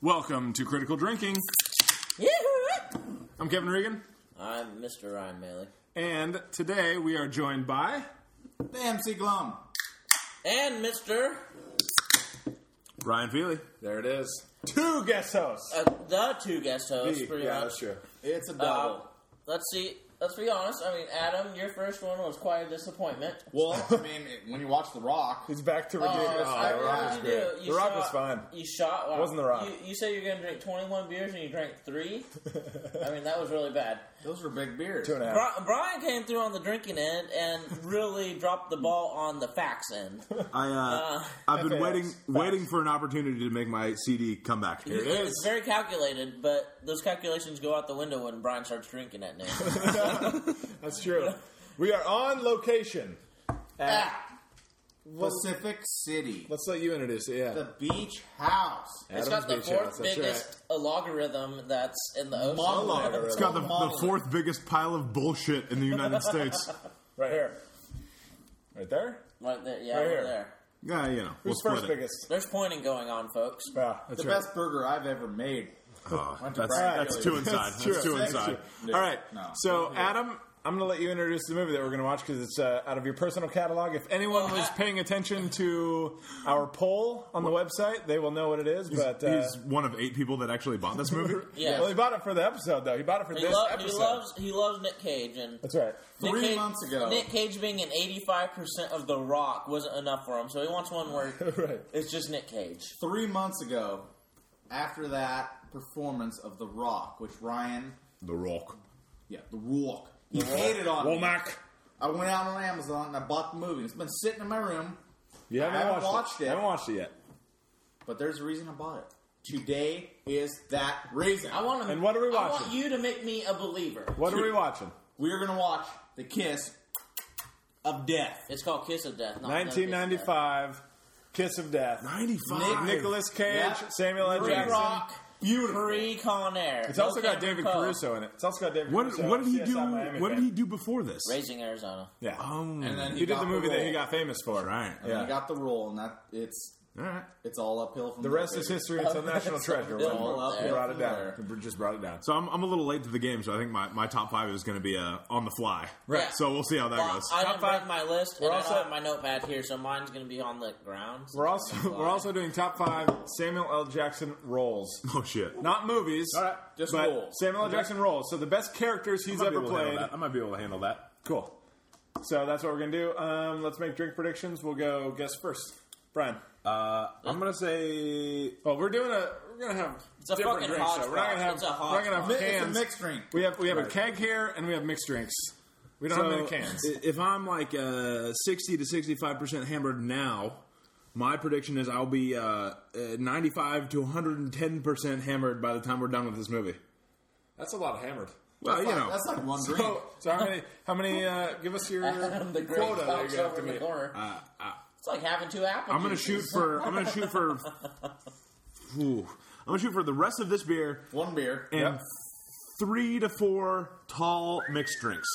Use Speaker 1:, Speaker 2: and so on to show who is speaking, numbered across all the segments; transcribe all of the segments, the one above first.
Speaker 1: Welcome to Critical Drinking. I'm Kevin Regan,
Speaker 2: I'm Mr. Ryan Bailey.
Speaker 1: and today we are joined by
Speaker 3: The MC Glum.
Speaker 2: And Mr.
Speaker 1: Ryan Feely.
Speaker 3: There it is. Two guest hosts.
Speaker 2: Uh, the two guest hosts, pretty much.
Speaker 3: true. It's a
Speaker 2: Uh,
Speaker 3: double.
Speaker 2: let's see. Let's be honest. I mean, Adam, your first one was quite a disappointment.
Speaker 3: well, I mean, it- when you watch The Rock,
Speaker 4: He's back to
Speaker 2: Uh,
Speaker 4: ridiculous.
Speaker 2: I-
Speaker 4: The
Speaker 2: what
Speaker 4: Rock
Speaker 2: did
Speaker 4: was
Speaker 2: you
Speaker 4: great.
Speaker 2: do?
Speaker 4: The
Speaker 2: You
Speaker 4: Rock
Speaker 2: shot-
Speaker 4: was fine.
Speaker 2: You shot. Wow.
Speaker 4: wasn't The Rock.
Speaker 2: You, you said you were going to drink 21 beers and you drank three. I mean, that was really bad.
Speaker 3: those were big beers.
Speaker 4: Two and a half.
Speaker 2: Bri- Brian came through on the drinking end and really dropped the ball on the facts end.
Speaker 1: I uh,
Speaker 2: Uh,
Speaker 1: I've been
Speaker 4: FAX.
Speaker 1: waiting
Speaker 4: Facts.
Speaker 1: waiting for an opportunity to make my CD come back. Here it
Speaker 2: It's
Speaker 1: is.
Speaker 2: very calculated, but those calculations go out the window when Brian starts drinking at noon.
Speaker 4: That's true. We are on location. At,
Speaker 3: Ah, Pacific City.
Speaker 4: let's let you introduce it. Yeah.
Speaker 3: The beach house.
Speaker 2: It's
Speaker 4: Adam's
Speaker 2: got the
Speaker 4: Beach
Speaker 2: fourth
Speaker 4: House, that's
Speaker 2: biggest uh, logarithm that's in the ocean.
Speaker 3: Model
Speaker 4: logarithm.
Speaker 3: it.
Speaker 1: It's got the, the fourth biggest pile of bullshit in the United States.
Speaker 4: right here. Right there.
Speaker 2: Right there, yeah,
Speaker 4: Right
Speaker 2: over
Speaker 4: here.
Speaker 2: there.
Speaker 1: Yeah, you know. we'll
Speaker 4: Who's
Speaker 1: split
Speaker 4: first
Speaker 1: it.
Speaker 4: biggest?
Speaker 2: There's pointing going on, folks.
Speaker 4: Yeah.
Speaker 3: The
Speaker 1: right.
Speaker 3: best burger I've ever made.
Speaker 1: Oh,
Speaker 3: Went to
Speaker 1: that's,
Speaker 3: Brian
Speaker 1: that's
Speaker 3: Bailey.
Speaker 1: two inside.
Speaker 4: That's
Speaker 1: That's
Speaker 4: true.
Speaker 1: two
Speaker 4: That's
Speaker 1: inside.
Speaker 4: true.
Speaker 1: All right.
Speaker 3: No.
Speaker 1: So
Speaker 4: Adam, I'm going to let you introduce the movie that we're going to watch because it's uh, out of your personal catalog. If anyone was paying attention to our poll on the website, they will know what it is. but uh,
Speaker 1: he's one of eight people that actually bought this movie.
Speaker 2: Yes.
Speaker 4: well, he bought it for the episode though. He bought it for
Speaker 2: He,
Speaker 4: this
Speaker 2: lo-
Speaker 4: episode.
Speaker 2: he loves he loves Nick Cage and
Speaker 4: That's right.
Speaker 2: Nick
Speaker 3: Three
Speaker 2: Cage-
Speaker 3: months ago.
Speaker 2: Nick Cage being in 85 percent of The Rock wasn't enough for him, so he wants one where
Speaker 4: right.
Speaker 2: it's just Nick Cage.
Speaker 3: Three months ago, after that performance of The Rock, which Ryan,
Speaker 1: The Rock.
Speaker 3: yeah, The Rock, he hated on me.
Speaker 4: Womack.
Speaker 3: I went out on Amazon and I bought the movie. It's been sitting in my room,
Speaker 4: You
Speaker 3: I haven't watched it.
Speaker 4: I haven't watched it yet.
Speaker 3: but there's a reason I bought it. Today is that reason.
Speaker 2: I want to.
Speaker 4: And what are we
Speaker 2: I want
Speaker 4: watching?
Speaker 2: you to make me a believer.
Speaker 4: What are we watching?
Speaker 3: We are going to watch The Kiss of Death.
Speaker 2: It's called Kiss of Death. not Another Kiss of Death.
Speaker 4: 1995, Kiss of Death.
Speaker 1: Ninety-five.
Speaker 3: Nick-
Speaker 4: Nicolas Cage,
Speaker 3: Yeah.
Speaker 4: Samuel L.
Speaker 2: Free
Speaker 4: Jackson.
Speaker 2: Rock,
Speaker 3: Beautiful.
Speaker 2: free Con Air.
Speaker 4: It's also
Speaker 2: No
Speaker 4: got
Speaker 2: Cameron
Speaker 4: David
Speaker 2: Poe.
Speaker 4: Caruso in it. It's also got David
Speaker 1: What,
Speaker 4: Caruso.
Speaker 1: what did he
Speaker 4: CSI
Speaker 1: do?
Speaker 4: Miami
Speaker 1: What did
Speaker 4: fan.
Speaker 1: he do before this?
Speaker 2: Raising Arizona.
Speaker 4: Yeah.
Speaker 1: Um,
Speaker 3: And then
Speaker 4: he,
Speaker 3: he,
Speaker 4: did
Speaker 3: got
Speaker 4: the movie that he
Speaker 3: role.
Speaker 4: got famous for.
Speaker 1: right.
Speaker 3: And
Speaker 4: Yeah.
Speaker 3: He got the role, and that it's
Speaker 1: All right.
Speaker 3: it's all uphill from
Speaker 4: The
Speaker 3: there,
Speaker 4: rest is
Speaker 3: baby.
Speaker 4: history. It's a national treasure. He
Speaker 3: all
Speaker 2: up there.
Speaker 4: brought it down.
Speaker 3: There.
Speaker 4: He just brought it down.
Speaker 1: So I'm, I'm a little late to the game, so I think my, my top five is going to be uh, on the fly.
Speaker 2: Right.
Speaker 1: So we'll see how that
Speaker 2: Well,
Speaker 1: goes.
Speaker 2: I
Speaker 4: Top
Speaker 2: didn't bring
Speaker 4: five.
Speaker 2: my list,
Speaker 4: We're
Speaker 2: and I
Speaker 4: also-
Speaker 2: don't have my notepad here, so mine's going to be on the ground.
Speaker 4: We're also we're also doing top five Samuel L. Jackson roles,
Speaker 1: oh shit.
Speaker 4: not movies.
Speaker 3: All right, just
Speaker 4: but
Speaker 3: roles.
Speaker 4: Samuel L. Jackson roles. So the best characters he's
Speaker 1: I might be
Speaker 4: ever
Speaker 1: able to handle
Speaker 4: played.
Speaker 1: that. I might be able to handle that.
Speaker 4: Cool. So that's what we're gonna do. Um, let's make drink predictions. We'll go guess first. Brian.
Speaker 1: Uh, I'm going to say
Speaker 4: Well, we're doing a. We're gonna have
Speaker 2: a
Speaker 4: different
Speaker 2: fucking
Speaker 4: drinks. though. We're not gonna
Speaker 2: hodgepodge.
Speaker 4: have.
Speaker 2: It's a
Speaker 4: we're not gonna have
Speaker 3: Mi- It's a
Speaker 4: cans.
Speaker 3: mixed drink.
Speaker 4: we have we have a
Speaker 1: Right.
Speaker 4: keg here and we have mixed drinks. We don't
Speaker 1: so
Speaker 4: have many cans.
Speaker 1: i- If I'm like uh, 60 to 65 percent hammered now, my prediction is I'll be uh, uh, 95 to 110 percent hammered by the time we're done with this movie.
Speaker 4: that's a lot of hammered.
Speaker 1: Well, you
Speaker 3: Fuck,
Speaker 1: know, Oh,
Speaker 3: that's like one drink.
Speaker 4: Uh, So, so how many? How many? Uh, give us your
Speaker 2: the great
Speaker 4: quota that you're
Speaker 2: bounce
Speaker 4: gonna have
Speaker 2: over
Speaker 4: to
Speaker 2: in the
Speaker 4: meet.
Speaker 2: corner. it's like having two apples.
Speaker 1: I'm gonna shoot for. I'm gonna shoot for. Ooh. I'm gonna shoot for the rest of this beer
Speaker 3: one beer.
Speaker 1: and
Speaker 4: Yep.
Speaker 1: three to four tall mixed drinks.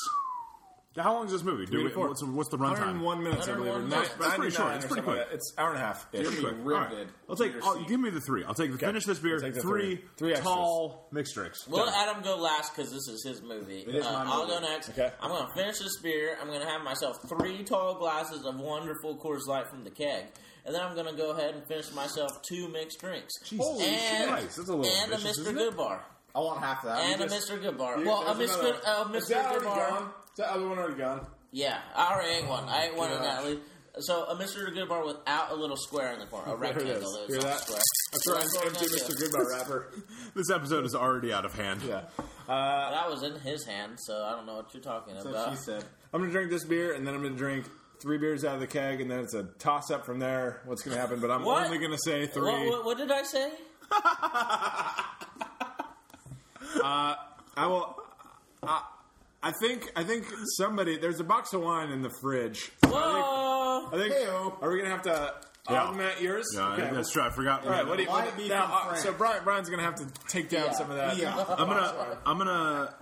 Speaker 1: Now, How long is this movie? Do
Speaker 4: Three
Speaker 1: we,
Speaker 4: to four.
Speaker 1: what's, what's the runtime?
Speaker 4: 101 minutes, I believe. or
Speaker 2: 101
Speaker 4: nine-
Speaker 2: minutes.
Speaker 1: That's pretty short.
Speaker 4: 99
Speaker 1: It's
Speaker 4: or
Speaker 1: pretty
Speaker 4: something like
Speaker 1: quick.
Speaker 4: that. It's hour and a half.
Speaker 3: You're
Speaker 4: ish.
Speaker 3: gonna be
Speaker 1: All right.
Speaker 3: riveted.
Speaker 1: I'll take.
Speaker 3: Your
Speaker 1: I'll,
Speaker 3: seat.
Speaker 1: give me the three. I'll take the finish this beer.
Speaker 4: I'll take the
Speaker 1: three,
Speaker 4: three. Three extras.
Speaker 1: tall mixed drinks.
Speaker 2: We'll let Adam go last because this is his movie.
Speaker 3: It is
Speaker 2: Uh,
Speaker 3: my
Speaker 2: I'll
Speaker 3: movie.
Speaker 2: go next.
Speaker 4: Okay.
Speaker 2: I'm gonna finish this beer. I'm gonna have myself three tall glasses of wonderful Coors Light from the keg, and then I'm gonna go ahead and finish myself two mixed drinks.
Speaker 1: Jesus
Speaker 2: and,
Speaker 1: Christ, that's a little
Speaker 2: and a
Speaker 1: ambitious,
Speaker 2: Mr.
Speaker 1: isn't it?
Speaker 2: Goodbar.
Speaker 3: I want half that.
Speaker 2: And
Speaker 3: You
Speaker 2: a
Speaker 3: just-
Speaker 2: Mr. Goodbar.
Speaker 4: You-
Speaker 2: Well, a
Speaker 4: there's
Speaker 2: Mr.
Speaker 4: another-
Speaker 2: Uh,
Speaker 4: Is
Speaker 2: Mr.
Speaker 4: that already
Speaker 2: Goodbar.
Speaker 4: gone? Is that other one already gone?
Speaker 2: Yeah, I already ate one. I ate one in
Speaker 4: gosh.
Speaker 2: that leaf. So a Mr. Goodbar without a little square in the corner, a
Speaker 4: There it
Speaker 2: rectangle.
Speaker 4: is.
Speaker 2: that was
Speaker 4: Hear
Speaker 2: not
Speaker 4: that?
Speaker 2: square.
Speaker 4: That's
Speaker 2: So
Speaker 4: right.
Speaker 2: what I'm
Speaker 4: Empty
Speaker 2: gonna
Speaker 4: Mr.
Speaker 2: do.
Speaker 4: Goodbar wrapper.
Speaker 1: This episode is already out of hand.
Speaker 4: Yeah.
Speaker 2: But that was in his hand, so I don't know what you're talking
Speaker 3: So
Speaker 2: about.
Speaker 3: she said.
Speaker 4: I'm gonna drink this beer, and then I'm gonna drink three beers out of the keg, and then it's a toss up from there. What's gonna happen? But I'm
Speaker 2: What?
Speaker 4: only gonna say three.
Speaker 2: What, what, what did I say?
Speaker 4: I will. I, I think. I think somebody. There's a box of wine in the fridge.
Speaker 2: Whoa!
Speaker 4: I think.
Speaker 3: Heyo.
Speaker 4: Are we gonna have to
Speaker 1: Yeah.
Speaker 4: augment yours?
Speaker 1: Yeah, I think Uh, that's true. I forgot.
Speaker 4: All right. What do you?
Speaker 3: Why
Speaker 4: what-
Speaker 3: be
Speaker 4: now,
Speaker 3: from
Speaker 4: uh,
Speaker 3: France?
Speaker 4: so Brian, Brian's gonna have to take down
Speaker 2: Yeah.
Speaker 4: some of that.
Speaker 3: Yeah.
Speaker 1: I'm gonna. I'm gonna. Uh,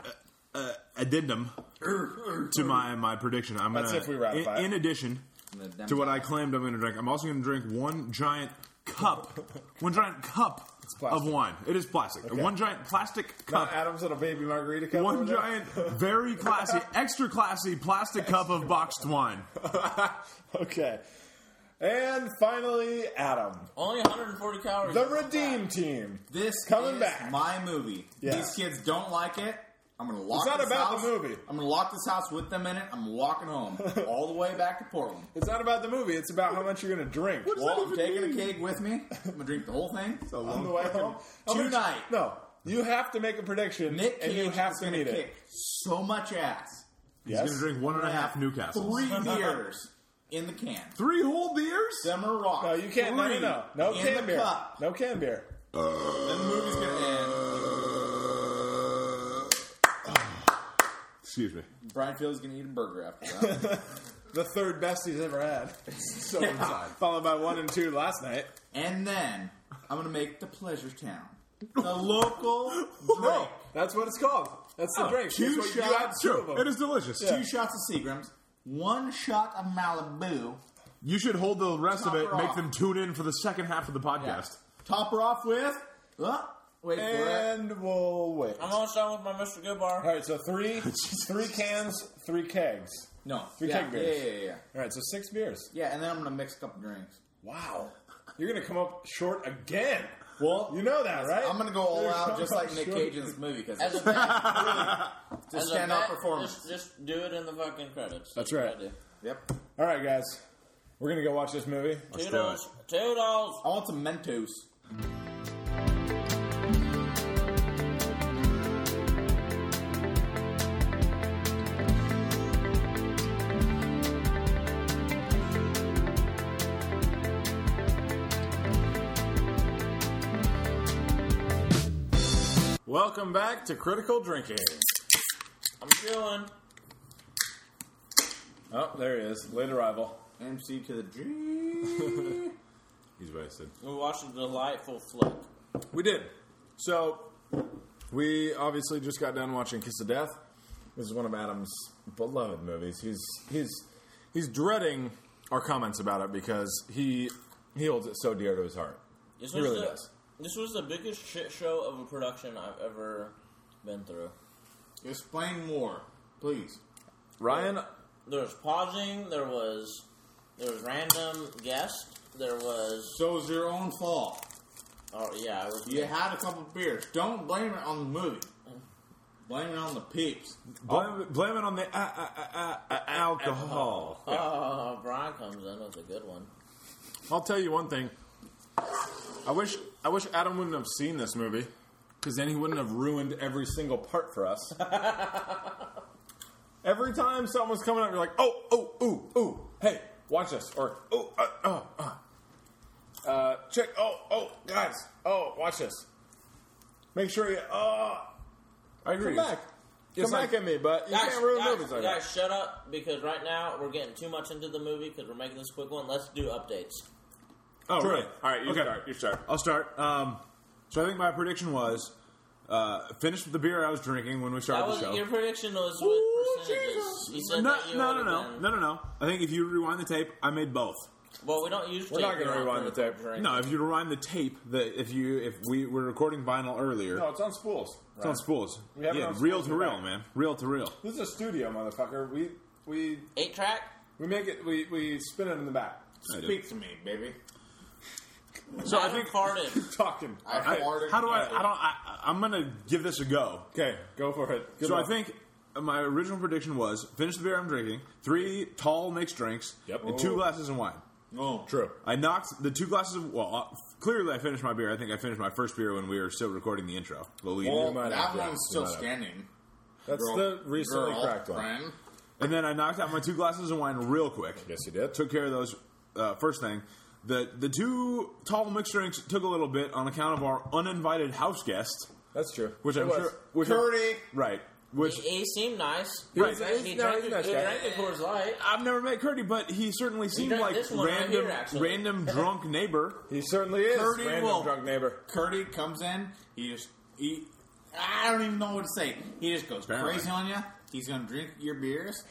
Speaker 1: uh, addendum to my my prediction. I'm gonna.
Speaker 4: That's if we ratify
Speaker 1: in,
Speaker 4: it.
Speaker 1: in addition to what I claimed I'm gonna drink, I'm also gonna drink one giant cup. One giant cup
Speaker 4: It's plastic.
Speaker 1: of wine. It is plastic. One giant plastic
Speaker 4: Not
Speaker 1: cup.
Speaker 4: Adam's little baby margarita cup.
Speaker 1: one
Speaker 4: over there.
Speaker 1: giant, very classy, extra classy plastic cup of boxed wine.
Speaker 4: okay. And finally, Adam,
Speaker 2: Only 140 calories.
Speaker 4: the Redeem Team.
Speaker 3: This
Speaker 4: Coming
Speaker 3: is
Speaker 4: back.
Speaker 3: my movie.
Speaker 4: Yeah.
Speaker 3: These kids don't like it. I'm gonna lock.
Speaker 4: It's not
Speaker 3: this
Speaker 4: about the
Speaker 3: house.
Speaker 4: movie.
Speaker 3: I'm gonna lock this house with them in it. I'm walking home all the way back to Portland.
Speaker 4: It's not about the movie. It's about how much you're going to drink
Speaker 1: What does
Speaker 3: Well,
Speaker 1: that
Speaker 3: I'm
Speaker 1: even
Speaker 3: taking
Speaker 1: mean?
Speaker 3: a keg with me. I'm gonna drink the whole thing. So
Speaker 4: on the way home. How much-
Speaker 3: Tonight.
Speaker 4: No, you have to make a prediction,
Speaker 3: Nick Cage
Speaker 4: and you have
Speaker 3: is
Speaker 4: to
Speaker 3: gonna
Speaker 4: need
Speaker 3: kick
Speaker 4: it.
Speaker 3: so much ass.
Speaker 1: He's
Speaker 4: Yes?
Speaker 1: going to drink one and a half Newcastles.
Speaker 3: Three beers in the can.
Speaker 1: Three whole beers?
Speaker 3: Summer rock.
Speaker 4: No, you can't. No, no, no. No
Speaker 3: Three in
Speaker 4: can
Speaker 3: the
Speaker 4: beer.
Speaker 3: cup.
Speaker 4: No can beer.
Speaker 3: Then the movie's gonna
Speaker 1: Excuse me.
Speaker 3: end. Brian Field's gonna eat a burger after that.
Speaker 4: The third best he's ever had. so inside. Followed by one and two last night.
Speaker 3: and then I'm gonna make the pleasure town. The local drink.
Speaker 4: No, that's what it's called. That's the
Speaker 1: Oh,
Speaker 4: drink.
Speaker 1: two
Speaker 4: That's what- you had
Speaker 1: shots.
Speaker 4: two
Speaker 1: Sure.
Speaker 4: of them.
Speaker 1: It is delicious.
Speaker 4: Yeah.
Speaker 3: Two shots of Seagrams, one shot of Malibu.
Speaker 1: You should hold the rest of
Speaker 3: Top
Speaker 1: it.
Speaker 3: her
Speaker 1: Make
Speaker 3: off.
Speaker 1: them tune in for the second half of the podcast.
Speaker 3: Top her off with. Uh, wait for it.
Speaker 4: And we'll wait.
Speaker 2: I'm almost done with my Mr. Goodbar.
Speaker 4: All right, so three, three cans, three kegs.
Speaker 3: No,
Speaker 4: Three
Speaker 3: yeah,
Speaker 4: keg beers.
Speaker 3: Yeah, yeah, yeah, yeah.
Speaker 4: All right, so six beers.
Speaker 3: Yeah, and then I'm gonna mix a couple drinks.
Speaker 4: Wow, you're gonna come up short again.
Speaker 3: Well,
Speaker 4: You know that, right?
Speaker 3: I'm gonna go all
Speaker 4: You're
Speaker 3: out
Speaker 4: gonna
Speaker 3: just
Speaker 4: come
Speaker 3: like
Speaker 4: up
Speaker 3: Nick
Speaker 4: short.
Speaker 3: Cage in this movie because
Speaker 2: As a
Speaker 3: it's
Speaker 2: bet,
Speaker 3: a
Speaker 2: as a bet
Speaker 3: standout performance.
Speaker 2: Just, just do it in the fucking credits.
Speaker 4: That's
Speaker 2: what
Speaker 4: right.
Speaker 2: I do.
Speaker 3: Yep.
Speaker 4: All right, guys, we're gonna go watch this movie.
Speaker 1: Let's do it.
Speaker 2: Toodles. Toodles.
Speaker 3: I want some Mentos.
Speaker 4: Welcome back to Critical Drinking.
Speaker 2: I'm chilling.
Speaker 4: Oh, there he is, late arrival.
Speaker 3: MC to the G.
Speaker 1: He's wasted.
Speaker 2: We watched a delightful flick.
Speaker 4: We did. So we obviously just got done watching Kiss of Death. This is one of Adam's beloved movies. He's he's he's dreading our comments about it because he he holds it so dear to his heart.
Speaker 2: This
Speaker 4: He
Speaker 2: was
Speaker 4: really
Speaker 2: the,
Speaker 4: does.
Speaker 2: This was the biggest shit show of a production I've ever been through.
Speaker 3: Explain more, please.
Speaker 4: Ryan,
Speaker 2: There was pausing. There was there was random guests. There was
Speaker 3: So it's your own fault.
Speaker 2: oh yeah, it was
Speaker 3: You had a couple beers. Don't blame it on the movie. Blame it on the peeps.
Speaker 4: blame, blame it on
Speaker 1: the alcohol.
Speaker 2: Oh, Brian comes in with a good one.
Speaker 4: I'll tell you one thing. I wish I wish Adam wouldn't have seen this movie because then he wouldn't have ruined every single part for us. every time something was coming up, you're like, oh, oh, ooh, ooh, hey, watch this, or oh, uh, oh, uh, uh, check, oh, oh, guys, oh, watch this. Make sure you, oh,
Speaker 1: I agree.
Speaker 4: come back, come
Speaker 1: like-
Speaker 4: back at me, but you can't ruin movies like
Speaker 2: guys,
Speaker 4: that.
Speaker 2: shut up because right now we're getting too much into the movie because we're making this quick one. Let's do updates.
Speaker 1: Oh,
Speaker 4: True.
Speaker 1: really?
Speaker 4: All right, you
Speaker 1: Okay.
Speaker 4: start, you start.
Speaker 1: I'll start. Um, so I think my prediction was uh, finish with the beer I was drinking when we
Speaker 2: That
Speaker 1: started
Speaker 2: was
Speaker 1: the show.
Speaker 2: your prediction was with percentages. You said
Speaker 1: no,
Speaker 2: that you
Speaker 1: no, no,
Speaker 2: would've
Speaker 1: no,
Speaker 2: been-
Speaker 1: no, no, no. I think if you rewind the tape, I made both.
Speaker 2: Well, we don't use.
Speaker 4: We're not gonna rewind the tape.
Speaker 1: No, if you rewind the tape, that if you if we were recording vinyl earlier,
Speaker 4: No, it's on spools.
Speaker 1: it's on spools.
Speaker 4: We have it
Speaker 1: yeah,
Speaker 4: on
Speaker 1: reel
Speaker 4: spools
Speaker 1: to
Speaker 4: in the
Speaker 1: reel,
Speaker 4: back.
Speaker 1: man, reel to reel.
Speaker 4: This is a studio, motherfucker. We we
Speaker 2: Eight track.
Speaker 4: We make it. We, we spin it in the back.
Speaker 1: I do.
Speaker 3: Speak to me, baby.
Speaker 2: So I think farted.
Speaker 4: Talking.
Speaker 1: I-
Speaker 3: farted.
Speaker 1: how do I? I don't. I, I'm gonna give this a go.
Speaker 4: Okay, go for it. Good
Speaker 1: so
Speaker 4: luck.
Speaker 1: I think uh, my original prediction was finish the beer I'm drinking, three tall mixed drinks,
Speaker 4: Yep.
Speaker 1: and two
Speaker 4: Ooh.
Speaker 1: glasses of wine.
Speaker 3: Oh,
Speaker 4: true.
Speaker 1: I knocked the two glasses of well. uh, Clearly, I finished my beer. I think I finished my first beer when we were still recording the intro. Believe me.
Speaker 2: Oh
Speaker 3: Well,
Speaker 4: might
Speaker 3: that
Speaker 4: have, yeah,
Speaker 3: one's
Speaker 4: you
Speaker 3: still
Speaker 4: might have.
Speaker 3: standing.
Speaker 4: That's
Speaker 3: Girl-
Speaker 4: the recently
Speaker 3: girl,
Speaker 4: cracked one.
Speaker 3: friend.
Speaker 1: And then I knocked out my two glasses of wine real quick.
Speaker 4: Yes, you did.
Speaker 1: Took care of those uh, first thing. The the two tall mixed drinks took a little bit on account of our uninvited house guest,
Speaker 4: That's true.
Speaker 1: which
Speaker 4: It
Speaker 1: I'm
Speaker 4: was.
Speaker 1: sure. Which I'm-
Speaker 3: Dirty.
Speaker 1: right.
Speaker 2: He,
Speaker 1: Which
Speaker 2: he seemed nice.
Speaker 1: Right.
Speaker 2: He,
Speaker 4: He's- no,
Speaker 2: drank,
Speaker 4: he's
Speaker 2: no,
Speaker 4: nice
Speaker 2: he
Speaker 4: guy.
Speaker 2: drank the Coors Light.
Speaker 1: I've never met Curdy, but he certainly seemed
Speaker 2: drank
Speaker 1: like
Speaker 2: this one right
Speaker 1: random,
Speaker 2: here, actually.
Speaker 1: random drunk neighbor.
Speaker 4: He certainly is.
Speaker 3: Curdy
Speaker 4: Random
Speaker 3: Wolf.
Speaker 4: drunk neighbor.
Speaker 3: Curdy comes in. He just he. I don't even know what to say. He just goes
Speaker 1: Apparently.
Speaker 3: crazy on you. He's gonna drink your beers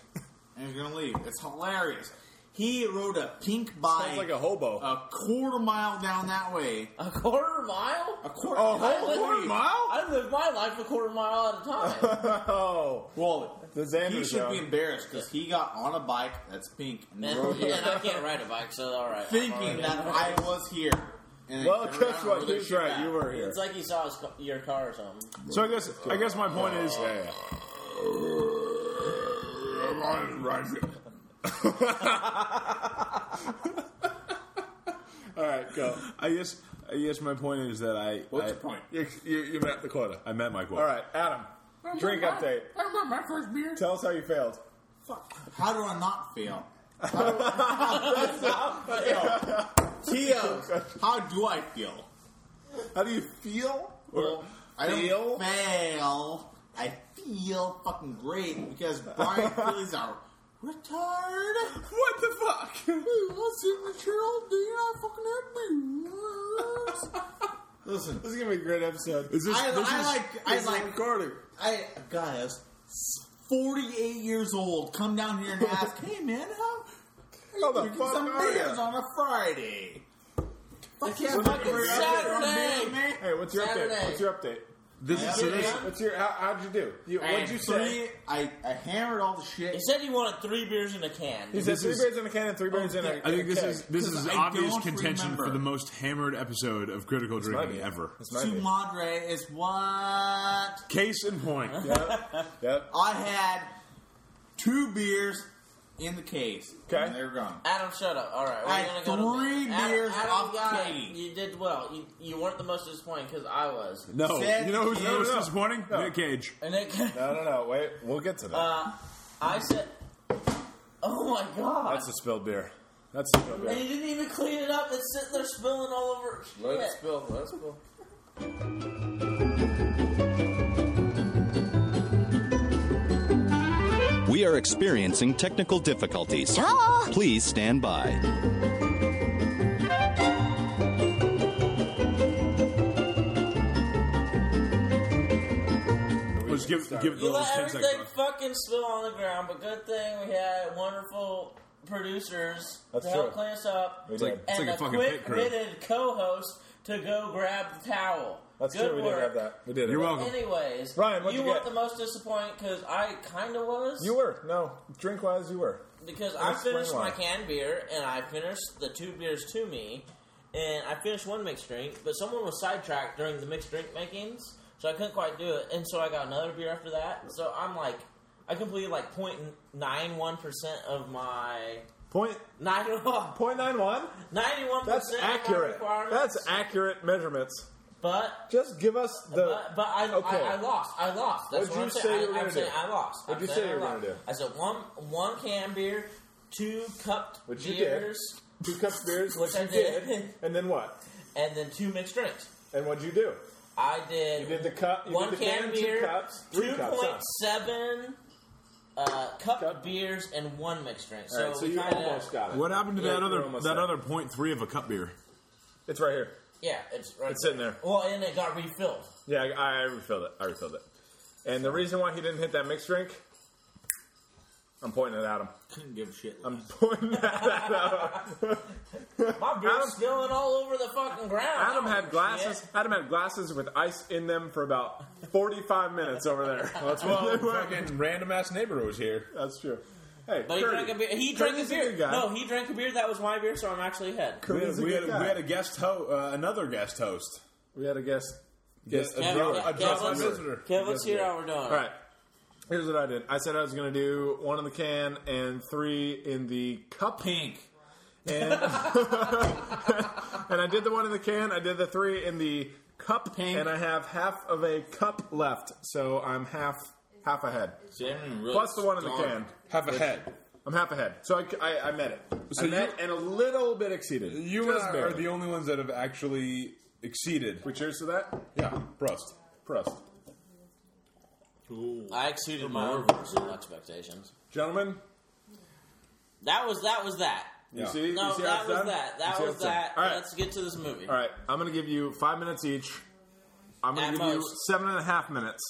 Speaker 3: and he's gonna leave. It's hilarious. He rode a pink bike.
Speaker 4: Sounds like a hobo.
Speaker 3: a quarter mile down that way.
Speaker 2: A quarter mile?
Speaker 3: A quarter.
Speaker 4: Oh,
Speaker 2: I live-
Speaker 4: quarter mile?
Speaker 2: I live my life a quarter mile at a time.
Speaker 4: oh,
Speaker 3: Well,
Speaker 4: the Xander
Speaker 3: he should
Speaker 4: show.
Speaker 3: be embarrassed because he got on a bike that's pink and
Speaker 2: and,
Speaker 3: rode it,
Speaker 2: yeah, and I can't ride a bike, so all right. I'm
Speaker 3: thinking
Speaker 2: already-
Speaker 3: that I was here. And
Speaker 4: Well,
Speaker 3: then
Speaker 4: guess
Speaker 3: around
Speaker 4: what?
Speaker 3: with
Speaker 4: He
Speaker 3: a
Speaker 4: was
Speaker 3: shit
Speaker 4: right.
Speaker 3: back.
Speaker 4: You were here.
Speaker 2: It's like he saw his, ca- your car or something.
Speaker 4: So I guess I guess my point is
Speaker 1: Yeah.
Speaker 4: all right. Go.
Speaker 1: I guess I guess my point is that I.
Speaker 4: What's
Speaker 1: I,
Speaker 4: your point? You, you, you met the quota.
Speaker 1: I met my quote.
Speaker 4: All right, Adam. Drink update.
Speaker 3: I remember my first beer.
Speaker 4: Tell us how you failed.
Speaker 3: How do I not fail? How do I fail? Tio, how do I feel?
Speaker 4: How do you feel?
Speaker 3: Well, I don't
Speaker 4: Feel?
Speaker 3: fail. I feel fucking great because Brian feels a retard.
Speaker 4: What the fuck?
Speaker 3: What's in the Cheryl? Do you not fucking have me? Listen,
Speaker 4: This is gonna be a great episode.
Speaker 1: Is this,
Speaker 3: I,
Speaker 1: this
Speaker 3: I
Speaker 1: is,
Speaker 3: like, I
Speaker 4: this is
Speaker 3: like,
Speaker 4: recording.
Speaker 3: I guys, forty-eight years old, come down here and ask, "Hey man, how
Speaker 4: How the
Speaker 3: drinking
Speaker 4: fuck
Speaker 3: some
Speaker 4: are
Speaker 3: beers
Speaker 4: ya?
Speaker 3: on a Friday?" Fuck yeah,
Speaker 2: is fucking
Speaker 3: beer.
Speaker 2: Saturday.
Speaker 3: man.
Speaker 4: Hey, what's your update?
Speaker 2: Saturday.
Speaker 4: What's your update?
Speaker 1: this
Speaker 3: I
Speaker 1: is so
Speaker 3: like-
Speaker 1: this,
Speaker 4: What's your? How, how'd you do? You,
Speaker 3: I
Speaker 4: what'd
Speaker 3: had
Speaker 4: you say?
Speaker 3: three, I, I hammered all the shit.
Speaker 2: He said he wanted three beers in a can.
Speaker 4: He said
Speaker 1: This
Speaker 4: three
Speaker 1: is-
Speaker 4: beers in a can and three beers in a.
Speaker 1: I think this
Speaker 4: keg.
Speaker 1: is this
Speaker 3: Because
Speaker 1: is
Speaker 3: I
Speaker 1: obvious
Speaker 3: don't
Speaker 1: contention for
Speaker 3: remember.
Speaker 1: the most hammered episode of critical
Speaker 4: Might
Speaker 1: drinking
Speaker 4: be.
Speaker 1: ever.
Speaker 4: This might
Speaker 3: Su
Speaker 4: be.
Speaker 3: Madre is what
Speaker 1: Case in point.
Speaker 4: Yep. Yep.
Speaker 3: I had two beers in the case.
Speaker 4: Okay.
Speaker 3: And they're gone.
Speaker 2: Adam, shut up. All right, we're
Speaker 3: I
Speaker 2: gonna go to
Speaker 3: three
Speaker 2: bed. Adam-
Speaker 3: beers
Speaker 2: Adam,
Speaker 3: off
Speaker 2: got it.
Speaker 3: Katie.
Speaker 2: You did well. You, you weren't the most disappointing because I was.
Speaker 1: No,
Speaker 3: Said
Speaker 1: you know who's
Speaker 3: no,
Speaker 1: the most
Speaker 4: no.
Speaker 1: disappointing?
Speaker 4: No.
Speaker 1: Nick Cage.
Speaker 2: And it,
Speaker 4: No, no, no. Wait, we'll get to that.
Speaker 2: uh, I said, "Oh my god!"
Speaker 4: That's a spilled beer. That's a spilled
Speaker 2: and
Speaker 4: beer.
Speaker 2: you didn't even clean it up. It's sitting there spilling all over.
Speaker 4: Let it
Speaker 2: shit.
Speaker 4: spill. Let it spill.
Speaker 5: We are experiencing technical difficulties. Please stand by.
Speaker 1: Let's give give
Speaker 2: You
Speaker 1: those
Speaker 2: let
Speaker 1: ten
Speaker 2: everything
Speaker 1: seconds.
Speaker 2: fucking spill on the ground, but good thing we had wonderful producers
Speaker 4: That's
Speaker 2: to help
Speaker 4: true.
Speaker 2: clean us up,
Speaker 4: We
Speaker 1: It's like
Speaker 4: did.
Speaker 1: it's
Speaker 2: and
Speaker 1: like a
Speaker 2: a
Speaker 1: fucking pit crew.
Speaker 2: quick-witted co-host to go grab the towel.
Speaker 4: That's
Speaker 2: good
Speaker 4: true. We
Speaker 2: work.
Speaker 4: did have that. We did.
Speaker 1: You're
Speaker 4: have that.
Speaker 1: welcome.
Speaker 2: Anyways,
Speaker 4: Ryan, what'd
Speaker 2: you
Speaker 4: you
Speaker 2: weren't
Speaker 4: get?
Speaker 2: the most disappointing because I kind of was.
Speaker 4: You were no drink wise. You were.
Speaker 2: because I
Speaker 4: Explain
Speaker 2: finished
Speaker 4: why.
Speaker 2: my canned beer and I finished the two beers to me, and I finished one mixed drink, but someone was sidetracked during the mixed drink makings, so I couldn't quite do it, and so I got another beer after that. So I'm like, I completed like 0.91 percent of my
Speaker 4: Point
Speaker 2: nine-
Speaker 4: point nine one.
Speaker 2: 91
Speaker 4: That's
Speaker 2: percent
Speaker 4: accurate.
Speaker 2: requirements.
Speaker 4: That's accurate measurements.
Speaker 2: but.
Speaker 4: Just give us the.
Speaker 2: But, but I,
Speaker 4: Okay.
Speaker 2: I, I lost. I lost. That's
Speaker 4: What'd
Speaker 2: what
Speaker 4: you
Speaker 2: I'm
Speaker 4: say
Speaker 2: saying.
Speaker 4: you were
Speaker 2: I, I'm
Speaker 4: gonna
Speaker 2: saying
Speaker 4: do?
Speaker 2: I lost.
Speaker 4: What'd
Speaker 2: I'm
Speaker 4: you
Speaker 2: saying
Speaker 4: say you
Speaker 2: I
Speaker 4: were
Speaker 2: lost.
Speaker 4: gonna do?
Speaker 2: I said one one can beer, two cupped
Speaker 4: Which you did.
Speaker 2: beers,
Speaker 4: Two cups of beers, which
Speaker 2: I
Speaker 4: you
Speaker 2: did.
Speaker 4: did, and then what?
Speaker 2: and then two mixed drinks.
Speaker 4: And what'd you do?
Speaker 2: I did,
Speaker 4: You did the cup. You
Speaker 2: one
Speaker 4: did the can,
Speaker 2: can
Speaker 4: two
Speaker 2: beer,
Speaker 4: cups, three cups, huh?
Speaker 2: 2.7 uh, cupped
Speaker 4: Cup.
Speaker 2: beers, and one mixed drink.
Speaker 4: All
Speaker 2: So,
Speaker 4: right, so
Speaker 2: we
Speaker 4: you
Speaker 2: kinda,
Speaker 4: almost got it.
Speaker 1: What happened to
Speaker 4: Yeah,
Speaker 1: that
Speaker 4: you're
Speaker 1: other
Speaker 4: almost
Speaker 1: that
Speaker 4: there.
Speaker 1: other point three of a cup beer?
Speaker 4: It's right here.
Speaker 2: Yeah, it's right.
Speaker 4: It's sitting there.
Speaker 2: Well, and it got refilled.
Speaker 4: Yeah, I, I refilled it. I refilled it. And the reason why he didn't hit that mixed drink, I'm pointing it at him.
Speaker 3: Couldn't give a shit.
Speaker 4: I'm pointing it at him.
Speaker 2: My beer's
Speaker 4: Adam-
Speaker 2: spilling all over the fucking ground.
Speaker 4: Adam
Speaker 2: I don't
Speaker 4: had
Speaker 2: give a
Speaker 4: glasses.
Speaker 2: shit.
Speaker 4: Adam had glasses with ice in them for about 45 minutes over there. That's what
Speaker 1: Well,
Speaker 4: they were.
Speaker 1: Oh, fucking random ass neighbor was here.
Speaker 4: That's true. Hey,
Speaker 2: But he
Speaker 4: Curdy.
Speaker 2: drank a beer. He drank a
Speaker 4: Curdy's a
Speaker 2: beer.
Speaker 4: good guy.
Speaker 2: No, he drank a beer. That was my beer, so I'm actually ahead.
Speaker 1: We
Speaker 4: Curdy's
Speaker 1: had,
Speaker 4: a
Speaker 1: we, had,
Speaker 4: good
Speaker 1: we
Speaker 4: guy.
Speaker 1: had a guest ho- uh, another guest host.
Speaker 4: We had a guest.
Speaker 1: Yes,
Speaker 4: Yeah,
Speaker 1: a,
Speaker 2: Kev,
Speaker 1: drunk-
Speaker 2: Kev,
Speaker 1: a drunk
Speaker 2: Kev, let's-
Speaker 1: visitor.
Speaker 2: Kev, let's hear how we're doing.
Speaker 4: All right. Here's what I did. I said I was going to do one in the can and three in the cup.
Speaker 3: pink.
Speaker 4: And, and I did the one in the can. I did the three in the cup.
Speaker 3: Pink.
Speaker 4: And I have half of a cup left. So I'm half half ahead.
Speaker 3: See, I didn't even realize
Speaker 4: Plus the one in the
Speaker 3: it's gone.
Speaker 4: can.
Speaker 1: Have a head.
Speaker 4: I'm half ahead. So I, I, I met it.
Speaker 1: So
Speaker 4: I met
Speaker 1: you-
Speaker 4: and a little bit exceeded.
Speaker 1: You and
Speaker 4: Just
Speaker 1: I are
Speaker 4: barely.
Speaker 1: the only ones that have actually exceeded.
Speaker 4: We cheers to that?
Speaker 1: Yeah, Prost.
Speaker 4: Prost.
Speaker 2: I exceeded my own personal expectations.
Speaker 4: Gentlemen,
Speaker 2: That was that was that.
Speaker 4: you
Speaker 1: Yeah.
Speaker 4: see? you
Speaker 2: No,
Speaker 4: see how
Speaker 2: that
Speaker 4: it's
Speaker 2: was
Speaker 4: done?
Speaker 2: that. That
Speaker 4: You see how
Speaker 2: was
Speaker 4: it's done?
Speaker 2: that.
Speaker 4: All right.
Speaker 2: Let's get to this movie.
Speaker 4: All right, I'm going to give you five minutes each. I'm going
Speaker 2: At
Speaker 4: to give you
Speaker 2: most.
Speaker 4: seven and a half minutes.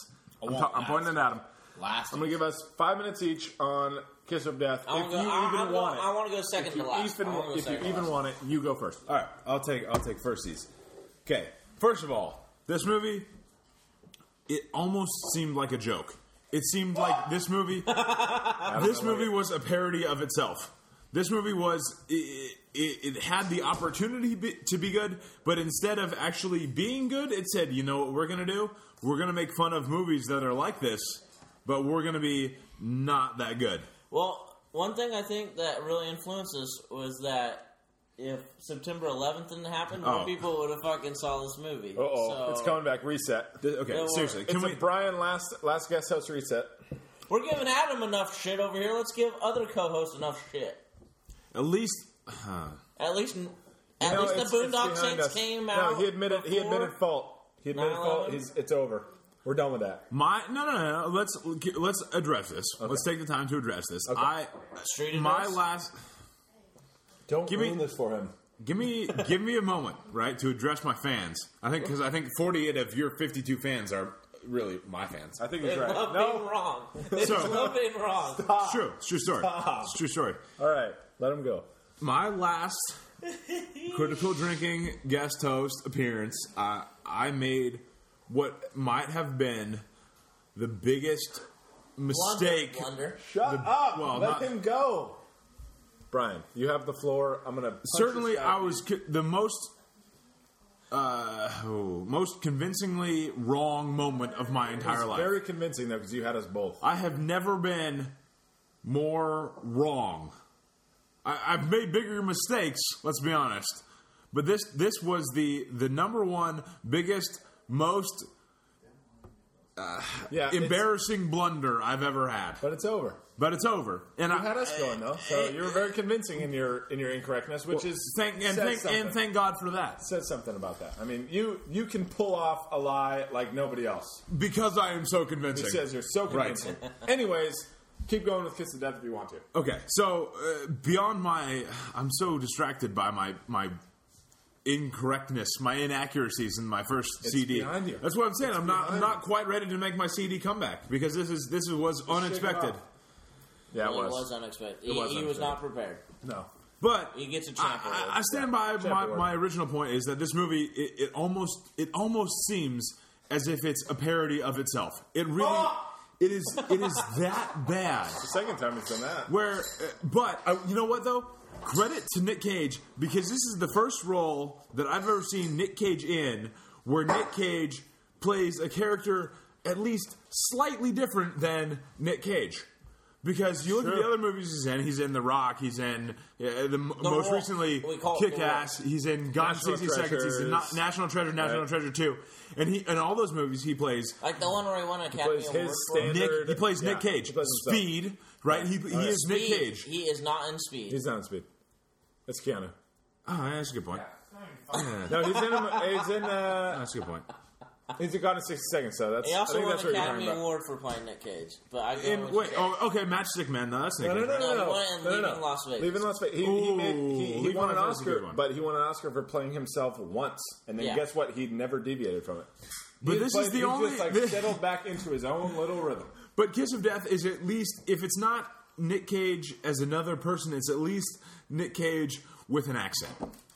Speaker 4: I'm,
Speaker 3: want
Speaker 4: po- I'm
Speaker 3: that.
Speaker 4: pointing it at him.
Speaker 3: Last.
Speaker 4: I'm gonna give us five minutes each on Kiss of Death.
Speaker 2: I
Speaker 4: if
Speaker 2: want to
Speaker 4: you
Speaker 2: go.
Speaker 4: even
Speaker 2: I, I'm
Speaker 4: want
Speaker 2: gonna- I
Speaker 4: it,
Speaker 2: want to go second
Speaker 4: if you
Speaker 2: to last.
Speaker 4: even,
Speaker 2: I wanna go
Speaker 4: if you
Speaker 2: second to
Speaker 4: even
Speaker 2: last.
Speaker 4: want it, you go first.
Speaker 1: All right, I'll take I'll take firsties. Okay, first of all,
Speaker 4: This movie, it almost seemed like a joke. It seemed like this movie, this movie was a parody of itself. This movie was it, it, it had the opportunity be, to be good, but instead of actually being good, it said, "You know what we're gonna do? We're gonna make fun of movies that are like this, but we're gonna be not that good."
Speaker 2: Well, one thing I think that really influences was that if September 11th didn't happen, more
Speaker 4: Oh.
Speaker 2: people would have fucking saw this movie. So,
Speaker 4: it's coming back. Reset.
Speaker 1: th- okay,
Speaker 2: No,
Speaker 1: seriously,
Speaker 4: It's
Speaker 1: can
Speaker 4: a
Speaker 1: we?
Speaker 4: Brian last last guest house reset.
Speaker 2: We're giving Adam enough shit over here. Let's give other co-hosts enough shit.
Speaker 4: At least
Speaker 2: At least, at
Speaker 4: No,
Speaker 2: least the
Speaker 4: it's- it's
Speaker 2: Boondock
Speaker 4: behind
Speaker 2: Saints
Speaker 4: us.
Speaker 2: came
Speaker 4: no,
Speaker 2: out.
Speaker 4: he admitted he
Speaker 2: before.
Speaker 4: admitted fault. He admitted fault.
Speaker 2: 9/11?
Speaker 4: He's, it's over. We're done with that.
Speaker 1: My no no no. no. Let's let's address this. Let's take the time to address this. I
Speaker 2: Street
Speaker 1: my
Speaker 2: address?
Speaker 1: last
Speaker 4: Don't
Speaker 1: Give me-
Speaker 4: ruin this for him.
Speaker 1: Give me give me a moment, right, to address my fans. I think because I think 48 of your 52 fans are really my fans.
Speaker 4: I think
Speaker 2: They
Speaker 4: he's right.
Speaker 2: love being
Speaker 4: No,
Speaker 2: wrong. They
Speaker 1: So-
Speaker 2: love being wrong.
Speaker 1: It's true. It's a true story. It's a true story.
Speaker 4: all right, let him go.
Speaker 1: My last critical drinking guest host appearance, I I made what might have been the biggest mistake.
Speaker 2: Blunder.
Speaker 4: Shut up.
Speaker 1: well,
Speaker 4: let
Speaker 1: not-
Speaker 4: him go. Brian, you have the floor. I'm gonna punch
Speaker 1: certainly
Speaker 4: this guy.
Speaker 1: I was co- the most uh, oh, most convincingly wrong moment of my
Speaker 4: It was
Speaker 1: entire life.
Speaker 4: Very convincing though, because you had us both.
Speaker 1: I have never been more wrong. I, I've made bigger mistakes. Let's be honest, but this this was the the number one biggest most
Speaker 4: Yeah, it's-
Speaker 1: embarrassing blunder I've ever had.
Speaker 4: but it's over.
Speaker 1: But it's over, and
Speaker 4: You
Speaker 1: I
Speaker 4: had us going though, so you were very convincing in your in your incorrectness, which is
Speaker 1: thank and
Speaker 4: says
Speaker 1: thank, and
Speaker 4: something.
Speaker 1: thank God for that
Speaker 4: said something about that. I mean, you you can pull off a lie like nobody else.
Speaker 1: because I am so
Speaker 4: He
Speaker 1: convincing.
Speaker 4: says you're so
Speaker 1: Right.
Speaker 4: convincing. Anyways, keep going with Kiss of Death if you want to.
Speaker 1: Okay, so uh, beyond my, I'm so distracted by my my incorrectness, my inaccuracies in my first CD.
Speaker 4: behind you.
Speaker 1: That's what I'm saying. I'm not I'm
Speaker 4: behind
Speaker 1: not quite ready to make my CD comeback because this is this was unexpected.
Speaker 4: off. Yeah,
Speaker 2: Well, it was unexpected. He,
Speaker 4: was
Speaker 2: he was
Speaker 4: unexpected.
Speaker 2: not prepared.
Speaker 4: No.
Speaker 1: But
Speaker 2: He gets a
Speaker 1: I,
Speaker 2: champ award.
Speaker 1: I, I stand by my,
Speaker 4: award.
Speaker 1: my original point is that this movie it, it almost it almost seems as if it's a parody of itself. It really
Speaker 4: Ah!
Speaker 1: it is it is that bad.
Speaker 4: Second time he's done that.
Speaker 1: Where, uh, but uh, you know what though? Credit to Nick Cage because this is the first role that I've ever seen Nick Cage in where Nick Cage plays a character at least slightly different than Nick Cage. Because you look at
Speaker 4: Sure.
Speaker 1: the other movies he's in, he's in The Rock, he's in uh, the, m most
Speaker 2: Wall.
Speaker 1: recently
Speaker 2: We call it
Speaker 1: Kick
Speaker 2: The Wall.
Speaker 1: Ass, he's in Gone in
Speaker 4: National
Speaker 1: 60 Seconds, he's in Na-
Speaker 4: Treasures.
Speaker 1: National Treasure, National
Speaker 4: Right.
Speaker 1: Treasure 2. And he in all those movies he plays
Speaker 2: like the one where he won an Academy
Speaker 4: plays
Speaker 2: Award.
Speaker 4: his
Speaker 2: for.
Speaker 4: stand-
Speaker 1: Nick
Speaker 4: Third-
Speaker 1: he plays Nick
Speaker 4: yeah,
Speaker 1: Cage.
Speaker 4: he plays himself.
Speaker 1: Speed, right? He, he is Nick
Speaker 2: Speed.
Speaker 1: Cage.
Speaker 2: He is not in speed.
Speaker 4: He's not on speed. That's Keanu.
Speaker 1: Oh, yeah, that's a good point.
Speaker 4: No, he's in. A, he's in. Uh,
Speaker 1: That's a good point.
Speaker 4: he's in Gone in sixty seconds. So that's.
Speaker 2: he
Speaker 4: I
Speaker 2: also
Speaker 4: think
Speaker 2: won
Speaker 4: that's
Speaker 2: an
Speaker 4: what you're
Speaker 2: Academy
Speaker 4: talking about.
Speaker 2: Award for playing Nick Cage. But I go
Speaker 1: And
Speaker 2: with
Speaker 1: wait,
Speaker 2: Nick.
Speaker 1: oh, okay, Matchstick Man. No, that's Nick.
Speaker 4: No, no, no,
Speaker 1: Cage.
Speaker 4: no,
Speaker 2: No, he
Speaker 4: no,
Speaker 2: won in
Speaker 4: no, no,
Speaker 2: Leaving Las Vegas.
Speaker 4: Leaving Las Vegas. He, he, made,
Speaker 1: Ooh,
Speaker 4: he, he
Speaker 1: Leaving
Speaker 4: won an
Speaker 1: Las Vegas is a
Speaker 4: Oscar,
Speaker 1: good one.
Speaker 4: but he won an Oscar for playing himself once, and then
Speaker 2: Yeah.
Speaker 4: guess what? He never deviated from it.
Speaker 1: But
Speaker 4: He
Speaker 1: this
Speaker 4: played-
Speaker 1: is the
Speaker 4: he
Speaker 1: only-
Speaker 4: Just, like,
Speaker 1: this-
Speaker 4: settled back into his own little rhythm.
Speaker 1: But Kiss of Death is at least, if it's not Nick Cage as another person, it's at least Nick Cage with an accent,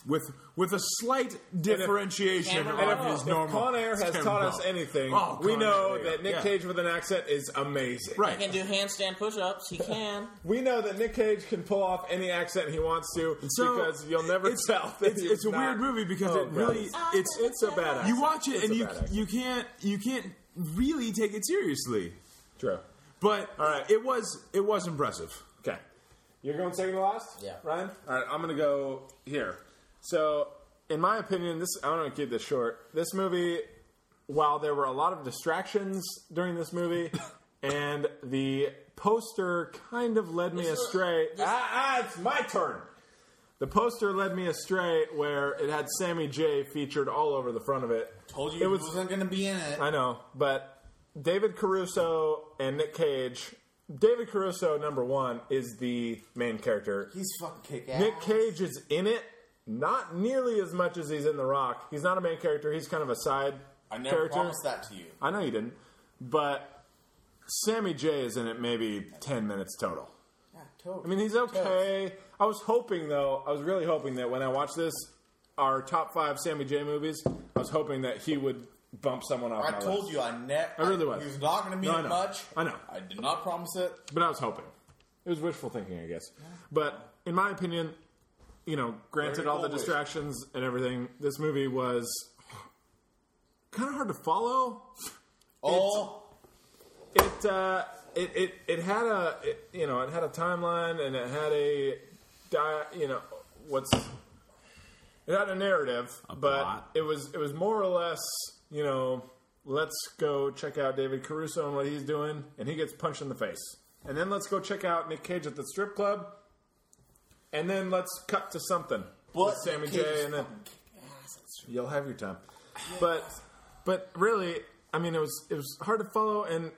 Speaker 1: with with a slight differentiation
Speaker 2: Cameron
Speaker 1: of
Speaker 2: Crowe.
Speaker 1: his
Speaker 4: If
Speaker 1: normal.
Speaker 4: Con Air has
Speaker 1: Cameron
Speaker 4: taught us
Speaker 1: Crowe.
Speaker 4: anything,
Speaker 1: Oh, Con
Speaker 4: we
Speaker 1: Air,
Speaker 4: know
Speaker 1: there you go.
Speaker 4: that Nick
Speaker 1: Yeah.
Speaker 4: Cage with an accent is amazing.
Speaker 1: right?
Speaker 2: He can do handstand push-ups. He can.
Speaker 4: We know that Nick Cage can pull off any accent he wants to
Speaker 1: So,
Speaker 4: because you'll never
Speaker 1: it's,
Speaker 4: tell. That
Speaker 1: It's,
Speaker 4: he
Speaker 1: it's
Speaker 4: was
Speaker 1: a
Speaker 4: not-
Speaker 1: weird movie because
Speaker 4: Oh,
Speaker 1: it
Speaker 4: God.
Speaker 1: really it's
Speaker 4: it's a bad accent.
Speaker 1: you watch it
Speaker 4: It's
Speaker 1: and
Speaker 4: a
Speaker 1: you
Speaker 4: bad accent.
Speaker 1: you can't you can't really take it seriously.
Speaker 4: True.
Speaker 1: But uh,
Speaker 4: All right.
Speaker 1: it was it was impressive.
Speaker 4: Okay. You're going second to last?
Speaker 2: Yeah.
Speaker 4: Ryan? All right, I'm going to go here. So, in my opinion, this I'm going to keep this short. This movie, while there were a lot of distractions during this movie, and the poster kind of led me
Speaker 2: This is-
Speaker 4: astray.
Speaker 2: this-
Speaker 4: ah, ah, it's my turn. The poster led me astray where it had Sammy J featured all over the front of it.
Speaker 3: Told you
Speaker 4: it
Speaker 3: it
Speaker 4: was-
Speaker 3: wasn't going to be in it.
Speaker 4: I know, but David Caruso and Nick Cage. David Caruso, number one, is the main character.
Speaker 3: He's fucking kick ass.
Speaker 4: Nick Cage is in it, not nearly as much as he's in The Rock. He's not a main character. He's kind of a side
Speaker 3: I never
Speaker 4: character.
Speaker 3: promised that to you.
Speaker 4: I know you didn't, but Sammy J is in it maybe 10 minutes total.
Speaker 3: Yeah, totally.
Speaker 4: I mean, he's okay. I was hoping, though, I was really hoping that when I watched this, our top five Sammy J movies, I was hoping that he would bump someone off
Speaker 3: I
Speaker 4: my
Speaker 3: told
Speaker 4: list.
Speaker 3: you I ne-
Speaker 4: I really was.
Speaker 3: He was not going to mean
Speaker 4: No, I
Speaker 3: it
Speaker 4: know.
Speaker 3: much.
Speaker 4: I know.
Speaker 3: I did not promise it.
Speaker 4: But I was hoping. It was wishful thinking, I guess. But in my opinion, you know, granted
Speaker 3: Vertical
Speaker 4: all the
Speaker 3: wish.
Speaker 4: distractions and everything, this movie was kind of hard to follow.
Speaker 3: Oh,
Speaker 4: It uh, it, it it had a it, you know it had a timeline and it had a di- you know what's it had a narrative, but
Speaker 1: plot.
Speaker 4: it was it was more or less you know let's go check out David Caruso and what he's doing, and he gets punched in the face, and then let's go check out Nick Cage at the strip club, and then let's cut to something with Sammy J, and then you'll have your time. But but really, I mean, it was it was hard to follow, and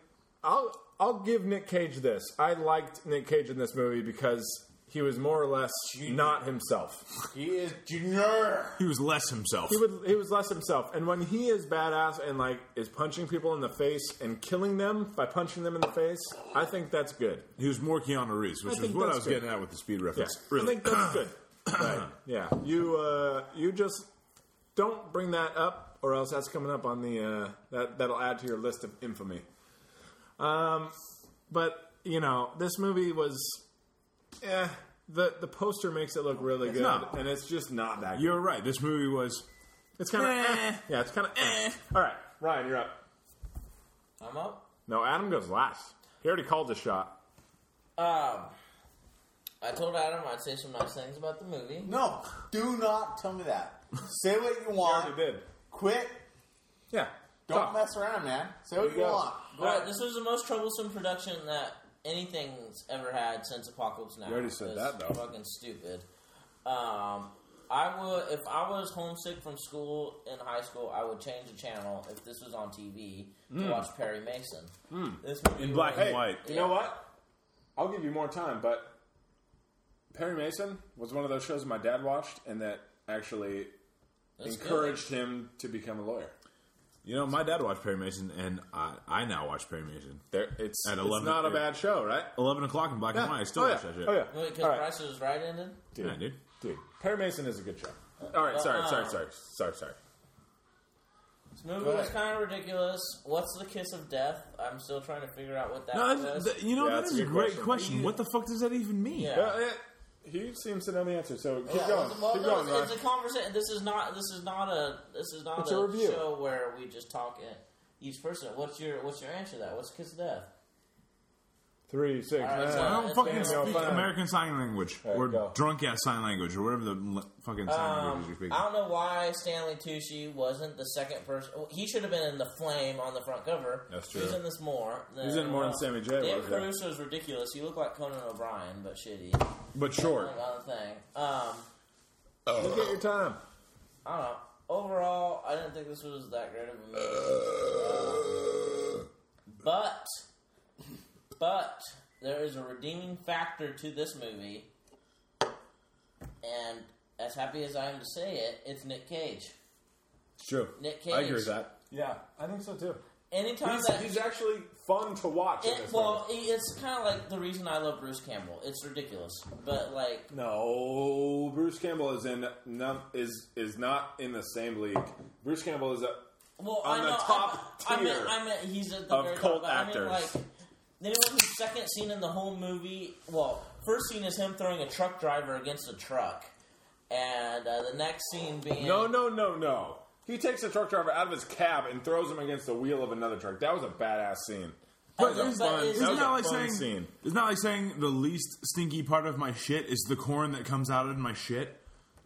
Speaker 4: I'll I'll give Nick Cage this. I liked Nick Cage in this movie because he was more or less not himself.
Speaker 3: he is junior.
Speaker 1: He was less himself.
Speaker 4: He would he was less himself, and when he is badass and like is punching people in the face and killing them by punching them in the face, I think that's good.
Speaker 1: He was more Keanu Reeves, which
Speaker 4: I
Speaker 1: is
Speaker 4: think
Speaker 1: what I
Speaker 4: that's
Speaker 1: was
Speaker 4: good.
Speaker 1: getting at with the speed
Speaker 4: Yeah,
Speaker 1: reference.
Speaker 4: I think that's good. Right. Yeah, you uh, you just don't bring that up, or else that's coming up on the uh, that that'll add to your list of infamy. Um, but you know, this movie was, eh, the the poster makes it look really good,
Speaker 1: not.
Speaker 4: and it's just not that. good.
Speaker 1: You're right. This movie was.
Speaker 4: It's kind of
Speaker 1: Eh.
Speaker 4: yeah, it's kind of. Eh. All right, Ryan, you're up.
Speaker 2: I'm up.
Speaker 4: No, Adam goes last. He already called the shot.
Speaker 2: Um, I told Adam I'd say some nice things about the movie.
Speaker 3: No, do not tell me that. Say what you
Speaker 4: He
Speaker 3: want.
Speaker 4: already did.
Speaker 3: Quit.
Speaker 4: Yeah.
Speaker 3: Don't
Speaker 4: Talk.
Speaker 3: mess around, man. Say what you,
Speaker 4: you go.
Speaker 3: want.
Speaker 2: But this was the most troublesome production that anything's ever had since Apocalypse Now. You
Speaker 4: already said that, though.
Speaker 2: Fucking stupid. Um, I would if I was homesick from school in high school, I would change the channel if this was on TV to watch Perry Mason. This movie
Speaker 1: In black
Speaker 2: was-
Speaker 4: Hey,
Speaker 1: White.
Speaker 4: you know what? I'll give you more time, but Perry Mason was one of those shows my dad watched, and that actually
Speaker 2: That's good.
Speaker 4: encouraged him to become a lawyer.
Speaker 1: You know, my dad watched Perry Mason, and I, I now watch Perry Mason.
Speaker 4: There, it's
Speaker 1: At
Speaker 4: it's
Speaker 1: 11
Speaker 4: not a
Speaker 1: it-
Speaker 4: bad show, right?
Speaker 1: Eleven o'clock in black and white. I still
Speaker 4: oh,
Speaker 1: watch
Speaker 4: yeah.
Speaker 1: that shit.
Speaker 4: Oh yeah,
Speaker 2: Wait, because
Speaker 4: All right.
Speaker 2: Price is Right ended.
Speaker 1: Yeah, dude.
Speaker 4: dude. Perry Mason is a good show. All right, sorry,
Speaker 2: Uh-uh.
Speaker 4: sorry, sorry, sorry, sorry.
Speaker 2: This movie
Speaker 3: Go
Speaker 2: was
Speaker 3: ahead.
Speaker 2: kind of ridiculous. What's the kiss of death? I'm still trying to figure out what that
Speaker 1: No,
Speaker 2: was.
Speaker 1: that's- that- Uh, you know
Speaker 4: Yeah,
Speaker 1: that
Speaker 4: that's
Speaker 1: is
Speaker 4: a
Speaker 1: a
Speaker 4: good
Speaker 1: great
Speaker 4: question.
Speaker 1: question. What the fuck does that even mean?
Speaker 2: Yeah.
Speaker 4: Well, eh, he seems to know the answer, so keep
Speaker 2: Yeah,
Speaker 4: going.
Speaker 2: well,
Speaker 4: keep
Speaker 2: no,
Speaker 4: going,
Speaker 2: it's,
Speaker 4: Ryan.
Speaker 2: it's a conversation. This is not. This is not a. This is not
Speaker 4: It's
Speaker 2: a,
Speaker 4: a review.
Speaker 2: show where we just talk. At each person. What's your What's your answer to that? What's kiss of death?
Speaker 4: Three, six,
Speaker 2: All right,
Speaker 4: nine.
Speaker 2: so-
Speaker 1: I don't
Speaker 2: That's
Speaker 1: fucking
Speaker 2: damn
Speaker 1: speak
Speaker 4: fine.
Speaker 1: American Sign Language
Speaker 4: All right,
Speaker 1: or
Speaker 4: go.
Speaker 1: drunk ass sign language or whatever the l- fucking sign language you
Speaker 2: Um,
Speaker 1: speak.
Speaker 2: I don't know why Stanley Tucci wasn't the second person. well, He should have been in the flame on the front cover.
Speaker 4: That's
Speaker 2: He's
Speaker 4: true.
Speaker 2: in this more. Than
Speaker 4: He's in more than Sammy J
Speaker 2: Dave
Speaker 4: was, yeah.
Speaker 2: Caruso is ridiculous. He looked like Conan O'Brien, but shitty. Like
Speaker 4: But short.
Speaker 2: on the thing. Um,
Speaker 4: Look at your time.
Speaker 2: I don't know. Overall, I didn't think this was that great of a movie. But, but there is a redeeming factor to this movie, and as happy as I am to say it, it's Nick Cage.
Speaker 4: It's true.
Speaker 2: Nick
Speaker 4: I agree
Speaker 2: Cage.
Speaker 4: with that. Yeah, I think so too.
Speaker 2: Anytime
Speaker 4: He's,
Speaker 2: that
Speaker 4: he's actually fun to watch. in
Speaker 2: it,
Speaker 4: this
Speaker 2: well, it- it's kind of like the reason I love Bruce Campbell. It's ridiculous, but like
Speaker 4: No, Bruce Campbell is in none, is is not in the same league. Bruce Campbell is a
Speaker 2: Well,
Speaker 4: on
Speaker 2: I
Speaker 4: the
Speaker 2: know,
Speaker 4: top
Speaker 2: I, I meant,
Speaker 4: tier
Speaker 2: I meant he's at the
Speaker 4: of
Speaker 2: very
Speaker 4: cult
Speaker 2: top, but I mean, like,
Speaker 4: actors.
Speaker 2: then it was his second scene in the whole movie. Well, first scene is him throwing a truck driver against a truck, and uh, the next scene being
Speaker 4: no, no, no, no. He takes a truck driver out of his cab and throws him against the wheel of another truck. That was a badass scene.
Speaker 1: but
Speaker 2: That
Speaker 1: is,
Speaker 2: was a fun-
Speaker 1: isn't that,
Speaker 2: that was
Speaker 4: a
Speaker 1: like
Speaker 4: fun
Speaker 1: saying
Speaker 4: scene.
Speaker 1: isn't that like saying the least stinky part of my shit is the corn that comes out of my shit?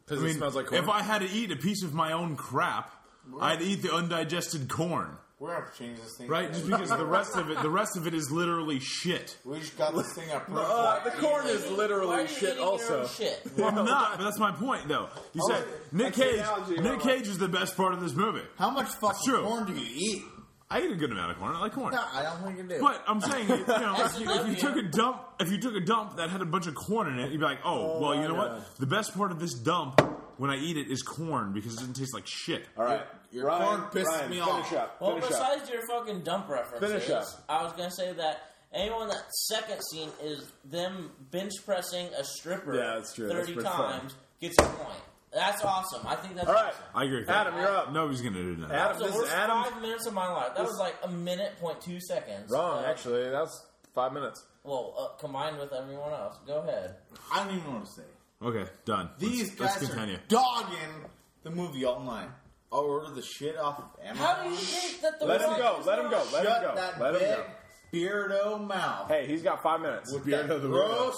Speaker 4: Because
Speaker 1: I mean,
Speaker 4: it smells like corn.
Speaker 1: if I had to eat a piece of my own crap, I'd eat the undigested corn.
Speaker 3: We're gonna have to change this thing.
Speaker 1: Right, just because the rest of it, the rest of it is literally shit.
Speaker 3: We just got this thing up.
Speaker 4: Uh, the
Speaker 3: perfect.
Speaker 4: corn is
Speaker 2: Why are you
Speaker 4: literally
Speaker 2: eating
Speaker 4: shit.
Speaker 2: your own
Speaker 4: Also,
Speaker 2: shit.
Speaker 1: Well, I'm not, but that's my point, though. You said Nick
Speaker 4: Oh, that's the
Speaker 1: Cage.
Speaker 4: analogy,
Speaker 1: Nick
Speaker 4: Robert.
Speaker 1: Cage is the best part of this movie.
Speaker 6: How much fucking
Speaker 1: true.
Speaker 6: corn do you eat?
Speaker 1: I eat a good amount of corn. I like corn.
Speaker 6: No, I don't think you do.
Speaker 1: But I'm saying, you know,
Speaker 2: That's
Speaker 1: if you, if you
Speaker 2: enough,
Speaker 1: took a dump, if you took a dump that had a bunch of corn in it, you'd be like, oh, well, you know
Speaker 4: yeah.
Speaker 1: what? The best part of this dump when I eat it is corn because it doesn't taste like shit.
Speaker 4: all right.
Speaker 3: Your
Speaker 4: Ryan,
Speaker 3: corn pisses
Speaker 4: Ryan,
Speaker 3: me
Speaker 4: finish
Speaker 3: off.
Speaker 4: up.
Speaker 2: Well,
Speaker 4: finish up.
Speaker 2: besides your fucking dump references,
Speaker 4: Finish up.
Speaker 2: I was gonna say that anyone that second scene is them bench pressing a stripper
Speaker 4: Yeah, that's true. That's
Speaker 2: thirty
Speaker 4: pretty fun.
Speaker 2: times gets a point. That's awesome. I think that's
Speaker 4: All right.
Speaker 2: awesome.
Speaker 1: I agree. With
Speaker 4: Adam,
Speaker 1: that.
Speaker 4: you're up.
Speaker 1: Nobody's gonna do that.
Speaker 4: Adam,
Speaker 2: That was
Speaker 4: this
Speaker 2: the
Speaker 4: is
Speaker 2: worst
Speaker 4: Adam.
Speaker 2: five minutes of my life. That was like a minute point two seconds.
Speaker 4: Wrong,
Speaker 2: Uh,
Speaker 4: actually. That's five minutes.
Speaker 2: Well, uh, combined with everyone else. Go ahead.
Speaker 3: I don't even know what to say.
Speaker 1: Okay, done.
Speaker 3: These
Speaker 1: let's,
Speaker 3: guys
Speaker 1: let's continue.
Speaker 3: are dogging the movie online. I'll order the shit off of Amazon.
Speaker 2: How do you think that the
Speaker 4: Let him
Speaker 2: one
Speaker 4: go.
Speaker 2: is
Speaker 4: Let him
Speaker 2: not-
Speaker 4: go. Let him
Speaker 3: Shut
Speaker 4: go.
Speaker 3: that
Speaker 4: Let
Speaker 3: big
Speaker 4: him go.
Speaker 3: beardo mouth.
Speaker 4: Hey, he's got five minutes.
Speaker 3: with
Speaker 1: Beard
Speaker 3: that
Speaker 1: of the
Speaker 3: gross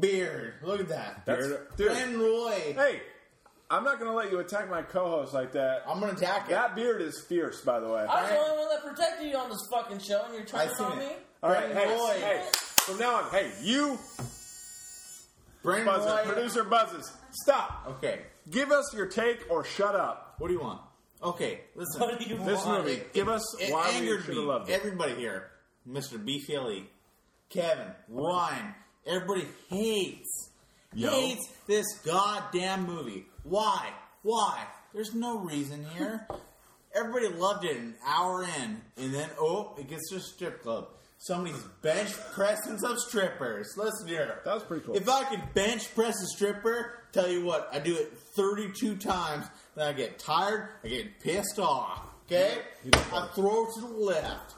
Speaker 3: beard. Look at that.
Speaker 4: That's-
Speaker 1: Beard-
Speaker 4: dude,
Speaker 3: Glenn Roy.
Speaker 4: hey, I'm not going to let you attack my co-host like that.
Speaker 3: I'm gonna attack it.
Speaker 4: That beard is fierce, by the way.
Speaker 2: I was the only one that protected you on this fucking show, and you're trying
Speaker 3: I
Speaker 2: to
Speaker 3: seen
Speaker 2: on me.
Speaker 3: it.
Speaker 4: All right, hey,
Speaker 3: Roy.
Speaker 4: hey. From now on, hey, you
Speaker 3: Brandon
Speaker 4: buzzer,
Speaker 3: Roy.
Speaker 4: producer buzzes. Stop.
Speaker 3: Okay,
Speaker 4: Give us your take or shut up.
Speaker 3: what do you want? Okay, listen.
Speaker 2: What do you
Speaker 4: This
Speaker 2: want?
Speaker 4: movie,
Speaker 3: It-
Speaker 4: give us
Speaker 3: it
Speaker 4: why we
Speaker 3: angered
Speaker 4: should
Speaker 3: me.
Speaker 4: have loved it.
Speaker 3: Everybody here, Mr. B. Philly, Kevin, Ryan, everybody hates
Speaker 1: Yo.
Speaker 3: hates this goddamn movie. Why? Why? There's no reason here. Everybody loved it an hour in, and then oh, it gets to a strip club. Somebody's bench pressing some strippers. Listen here.
Speaker 4: That was pretty cool.
Speaker 3: If I could bench press a stripper, tell you what, I do it 32 times, then I get tired, I get pissed off. Okay? I throw to the left.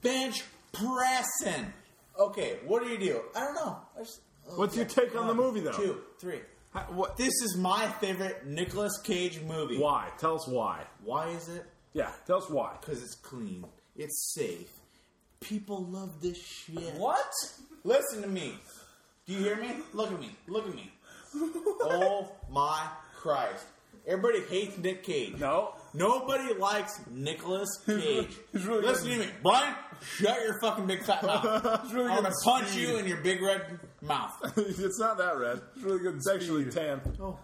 Speaker 3: Bench pressing. Okay, what do you do? I don't know. I just-
Speaker 4: What's your take on the movie, though?
Speaker 3: Two, three.
Speaker 4: Ha- What?
Speaker 3: This is my favorite Nicolas Cage movie.
Speaker 4: Why? Tell us why.
Speaker 3: Why is it?
Speaker 4: Yeah, tell us why.
Speaker 3: Because it's clean. It's safe. People love this shit.
Speaker 2: What?
Speaker 3: Listen to me. Do you hear me? Look at me. Look at me. oh my Christ. Everybody hates Nick Cage.
Speaker 4: No.
Speaker 3: Nobody likes Nicolas Cage.
Speaker 4: he's really
Speaker 3: Listen
Speaker 4: good.
Speaker 3: to me. Brian, shut your fucking big fat mouth.
Speaker 4: It's really
Speaker 3: I'm
Speaker 4: good
Speaker 3: gonna
Speaker 4: at
Speaker 3: punch
Speaker 4: speed.
Speaker 3: you in your big red mouth.
Speaker 4: it's not that red. It's really good. It's actually tan.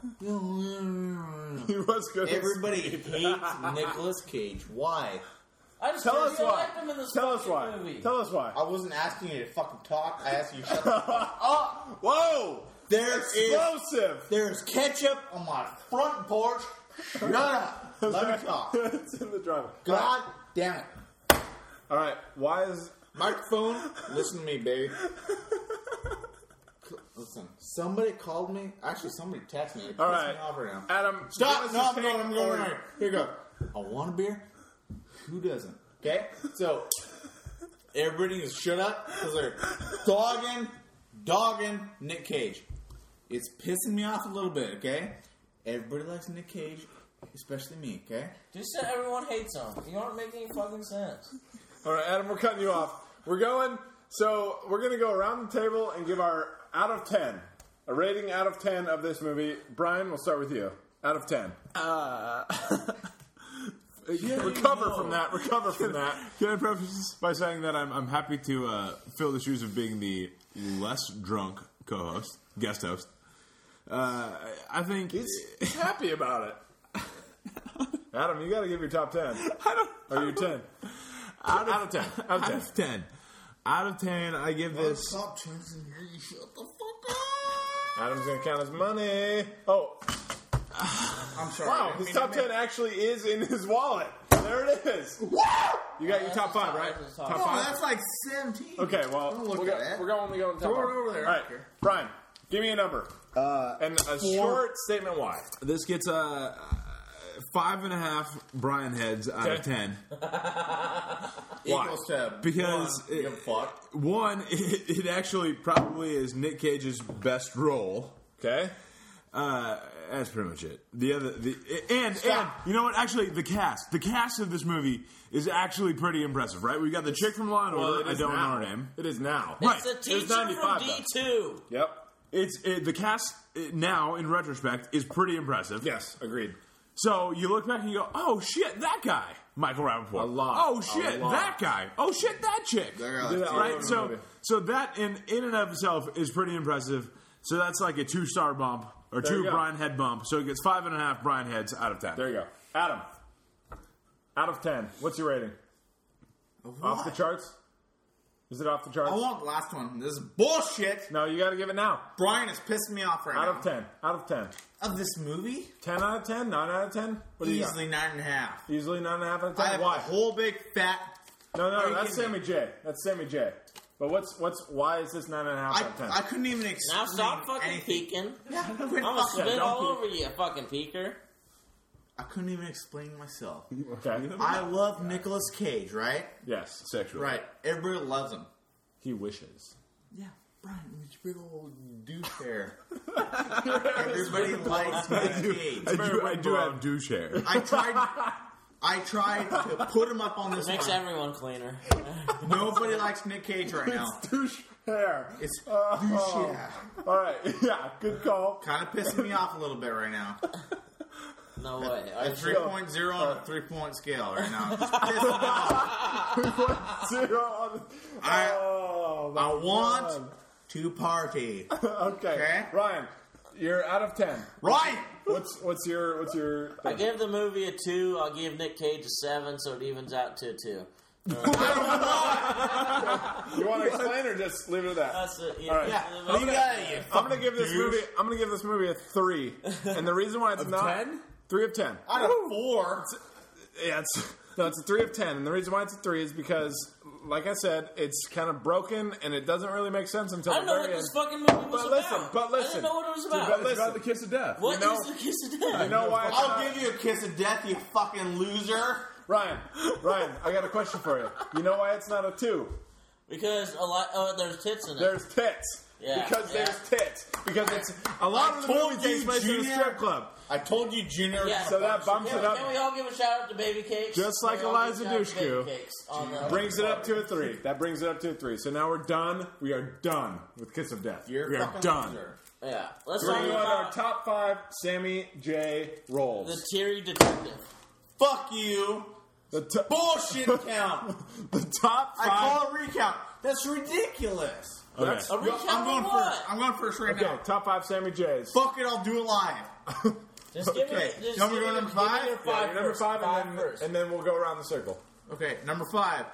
Speaker 4: He was good. at
Speaker 3: Everybody
Speaker 4: speed.
Speaker 3: hates Nicolas Cage. Why?
Speaker 2: I just
Speaker 4: Tell
Speaker 2: told
Speaker 4: us
Speaker 2: you I
Speaker 4: why.
Speaker 2: liked him in this
Speaker 4: Tell us
Speaker 2: fucking
Speaker 4: why.
Speaker 2: movie.
Speaker 4: Tell us why.
Speaker 3: I wasn't asking you to fucking talk. I asked you to shut the fuck up.
Speaker 4: Whoa!
Speaker 3: There is
Speaker 4: Explosive.
Speaker 3: there's ketchup on my front porch. Shut up. Let me talk.
Speaker 4: it's in the driver.
Speaker 3: God damn it.
Speaker 4: All right. Why is
Speaker 3: Microphone, listen to me, baby. Listen, somebody called me. Actually, somebody texted me. It
Speaker 4: all
Speaker 3: pissed
Speaker 4: right?
Speaker 3: me off right now.
Speaker 4: Adam,
Speaker 3: Stop!
Speaker 4: give us
Speaker 3: No,
Speaker 4: your
Speaker 3: I'm going.
Speaker 4: take
Speaker 3: I'm going.
Speaker 4: on-
Speaker 3: Right. Here you go. I want a beer. Who doesn't? Okay, so everybody is shut up because they're dogging, dogging Nick Cage. It's pissing me off a little bit. Okay, everybody likes Nick Cage, especially me. Okay,
Speaker 2: Just said everyone hates him. You aren't making any fucking sense.
Speaker 4: All right, Adam, we're cutting you off. We're going. So we're going to go around the table and give our out of ten, a rating out of ten of this movie. Brian, we'll start with you. Out of ten. recover
Speaker 1: no.
Speaker 4: from that. Recover from that.
Speaker 1: Can I preface this by saying that I'm, I'm happy to uh, fill the shoes of being the less drunk co-host, guest host. Uh, I think
Speaker 4: He's happy about it. Adam, you got to give your top ten. I don't. Or your ten.
Speaker 1: out, of, ten,
Speaker 4: out of
Speaker 1: out of ten, out of ten, I give this.
Speaker 3: stop chasing here. You shut the fuck up.
Speaker 4: Adam's gonna count his money. Oh,
Speaker 3: I'm sorry.
Speaker 4: wow! His top ten actually is in his wallet. There it is. You got your
Speaker 2: that's
Speaker 4: top
Speaker 2: the
Speaker 4: five,
Speaker 2: top,
Speaker 4: right?
Speaker 2: that's the top.
Speaker 4: Top
Speaker 2: No,
Speaker 4: five.
Speaker 3: Oh, like 17.
Speaker 4: Okay, well,
Speaker 3: Don't
Speaker 4: we're,
Speaker 3: look
Speaker 4: go,
Speaker 3: at that.
Speaker 4: we're going to go into top
Speaker 3: Throw it
Speaker 4: five.
Speaker 3: over there.
Speaker 4: All
Speaker 3: I
Speaker 4: right,
Speaker 3: don't care.
Speaker 4: Brian, give me a number uh, and a short statement why.
Speaker 1: This gets a uh, five and a half Brian heads out
Speaker 4: Okay.
Speaker 1: of ten.
Speaker 3: Equals to
Speaker 1: Because
Speaker 3: one,
Speaker 1: it-
Speaker 3: give a fuck.
Speaker 1: One, it, it actually probably is Nick Cage's best role.
Speaker 4: Okay,
Speaker 1: Uh, that's pretty much it. The other, the and
Speaker 3: Stop.
Speaker 1: and you know what? Actually, the cast, the cast of this movie is actually pretty impressive, right? We got the chick from Law and Order. I don't know her name.
Speaker 4: It is now.
Speaker 1: Right.
Speaker 2: It's a
Speaker 1: It's
Speaker 2: teacher from
Speaker 4: 95
Speaker 2: D two.
Speaker 4: Yep.
Speaker 1: It's it, the cast it, now, in retrospect, is pretty impressive.
Speaker 4: Yes. Agreed.
Speaker 1: So you look back and you go, "Oh shit, that guy, Michael Rappaport."
Speaker 4: A lot.
Speaker 1: Oh
Speaker 4: A
Speaker 1: shit,
Speaker 4: lot.
Speaker 1: that guy. Oh shit, that chick.
Speaker 3: guy.
Speaker 4: Yeah, all over
Speaker 1: right.
Speaker 4: the
Speaker 1: So
Speaker 4: movie.
Speaker 1: so that in in and of itself is pretty impressive. So that's like a two star bump or
Speaker 4: There you
Speaker 1: two
Speaker 4: go.
Speaker 1: Brian head bump. So it gets five and a half Brian heads out of ten.
Speaker 4: there you go, Adam. Out of ten, what's your rating?
Speaker 3: Of
Speaker 4: Off the
Speaker 3: what?
Speaker 4: charts. Is it off the charts?
Speaker 3: I want the last one. This is bullshit.
Speaker 4: no, you got to give it now.
Speaker 3: Brian is pissing me off right
Speaker 4: Out
Speaker 3: now.
Speaker 4: of ten. Out of ten.
Speaker 3: Of this movie,
Speaker 4: Ten out of ten. Nine out of ten. What do you got?
Speaker 3: easily nine and a half.
Speaker 4: Easily nine and a half out of ten.
Speaker 3: I have
Speaker 4: Why?
Speaker 3: a whole big fat.
Speaker 4: No,
Speaker 3: Are
Speaker 4: no,
Speaker 3: you
Speaker 4: that's
Speaker 3: kidding
Speaker 4: Sammy J. That's Sammy J. But what's what's why is this nine and a half
Speaker 3: I,
Speaker 4: out of ten?
Speaker 3: I couldn't even explain
Speaker 2: Now stop fucking
Speaker 3: anything.
Speaker 2: peeking.
Speaker 3: Yeah, quit
Speaker 2: I'm gonna
Speaker 3: fucking-
Speaker 2: spit
Speaker 4: don't
Speaker 2: all
Speaker 4: peek.
Speaker 2: over you, fucking peeker.
Speaker 3: I couldn't even explain myself.
Speaker 4: okay.
Speaker 3: I love Nicolas Cage, right?
Speaker 4: Yes.
Speaker 1: Sexual.
Speaker 3: Right. Everybody loves him.
Speaker 4: He wishes.
Speaker 3: Yeah, Brian, you big old douche hair. Everybody likes Nick
Speaker 1: I
Speaker 3: Cage.
Speaker 1: do, I do have douche hair.
Speaker 3: I tried. I tried to put him up on this
Speaker 2: Makes
Speaker 3: one.
Speaker 2: everyone cleaner.
Speaker 3: Nobody likes Nick Cage right now.
Speaker 4: Douche hair.
Speaker 3: It's
Speaker 4: Oh.
Speaker 3: douche hair.
Speaker 4: All right. Yeah. Ah, Good call.
Speaker 3: Kind of pissing me off a little bit right now.
Speaker 2: No way.
Speaker 3: A
Speaker 2: I,
Speaker 3: 3.0 on a 3 point scale right now. Just pissing me off.
Speaker 4: Zero on.
Speaker 3: I-
Speaker 4: oh, my
Speaker 3: I want
Speaker 4: God.
Speaker 3: to party.
Speaker 4: Okay.
Speaker 3: Okay.
Speaker 4: Ryan, you're out of ten.
Speaker 3: Right!
Speaker 4: What's what's your what's your?
Speaker 2: I give the movie a two. I'll give Nick Cage a seven, so it evens out to a two.
Speaker 4: You want to explain or just leave it at that?
Speaker 2: That's it. Yeah,
Speaker 4: All right.
Speaker 2: yeah.
Speaker 3: Leave it out of you.
Speaker 4: I'm gonna give this movie. I'm gonna give this movie a three, and the reason why it's not
Speaker 1: 10?
Speaker 4: three of ten.
Speaker 3: Out of four.
Speaker 4: Yeah, it's no, it's a three of ten, and the reason why it's a three is because, like I said, it's kind of broken and it doesn't really make sense until
Speaker 2: I don't
Speaker 4: the
Speaker 2: know
Speaker 4: very
Speaker 2: what
Speaker 4: end.
Speaker 2: this fucking movie was
Speaker 4: But listen,
Speaker 2: about.
Speaker 4: but
Speaker 2: I
Speaker 4: listen.
Speaker 2: didn't know what it was about.
Speaker 4: But
Speaker 1: It's about
Speaker 4: listen.
Speaker 1: the kiss of death.
Speaker 2: What
Speaker 4: you know-
Speaker 2: is the kiss of death?
Speaker 4: you know why? It's
Speaker 3: I'll
Speaker 4: not-
Speaker 3: give you a kiss of death, you fucking loser.
Speaker 4: Ryan, Ryan, I got a question for you. You know why it's not a two?
Speaker 2: Because a lot. Oh, there's tits in it.
Speaker 4: There's tits.
Speaker 2: Yeah,
Speaker 4: because
Speaker 2: yeah.
Speaker 4: there's tits. Because it's a lot
Speaker 3: I
Speaker 4: of the
Speaker 3: told
Speaker 4: movie takes
Speaker 3: you,
Speaker 4: place in a
Speaker 3: Junior.
Speaker 4: strip club.
Speaker 3: I told you, Junior.
Speaker 2: yeah.
Speaker 4: So that bumps
Speaker 2: can,
Speaker 4: it up.
Speaker 2: Can we all give a shout out to Baby Cakes?
Speaker 4: Just
Speaker 2: Can
Speaker 4: like
Speaker 2: we all
Speaker 4: Eliza
Speaker 2: give a shout out to
Speaker 4: Dushku.
Speaker 2: Baby Cakes on the-
Speaker 4: Brings it up to a three. That brings it up to a three. So now we're done. We are done with Kiss of Death.
Speaker 3: You're
Speaker 4: we are
Speaker 3: fucking
Speaker 4: done.
Speaker 3: loser.
Speaker 2: Yeah. Let's
Speaker 4: We're
Speaker 2: talk
Speaker 4: going to our
Speaker 2: about
Speaker 4: top five Sammy J rolls.
Speaker 2: the Teary Detective.
Speaker 3: Fuck you.
Speaker 4: The to-
Speaker 3: Bullshit count.
Speaker 4: the top
Speaker 3: I
Speaker 4: five.
Speaker 3: call a recount. That's ridiculous.
Speaker 4: Okay.
Speaker 2: A
Speaker 3: Yo,
Speaker 2: recount
Speaker 3: I'm going
Speaker 2: of what?
Speaker 3: first. I'm going first right
Speaker 4: Okay,
Speaker 3: now.
Speaker 4: top five Sammy J's.
Speaker 3: Fuck it, I'll do it live.
Speaker 2: Just give
Speaker 3: Okay.
Speaker 2: me. Just
Speaker 3: Number
Speaker 2: give me-
Speaker 3: number
Speaker 2: give me
Speaker 3: five?
Speaker 2: your
Speaker 4: Yeah,
Speaker 2: five
Speaker 4: you're number
Speaker 2: first.
Speaker 4: five, and, then,
Speaker 2: first.
Speaker 4: and then we'll go around the circle.
Speaker 3: Okay, number five.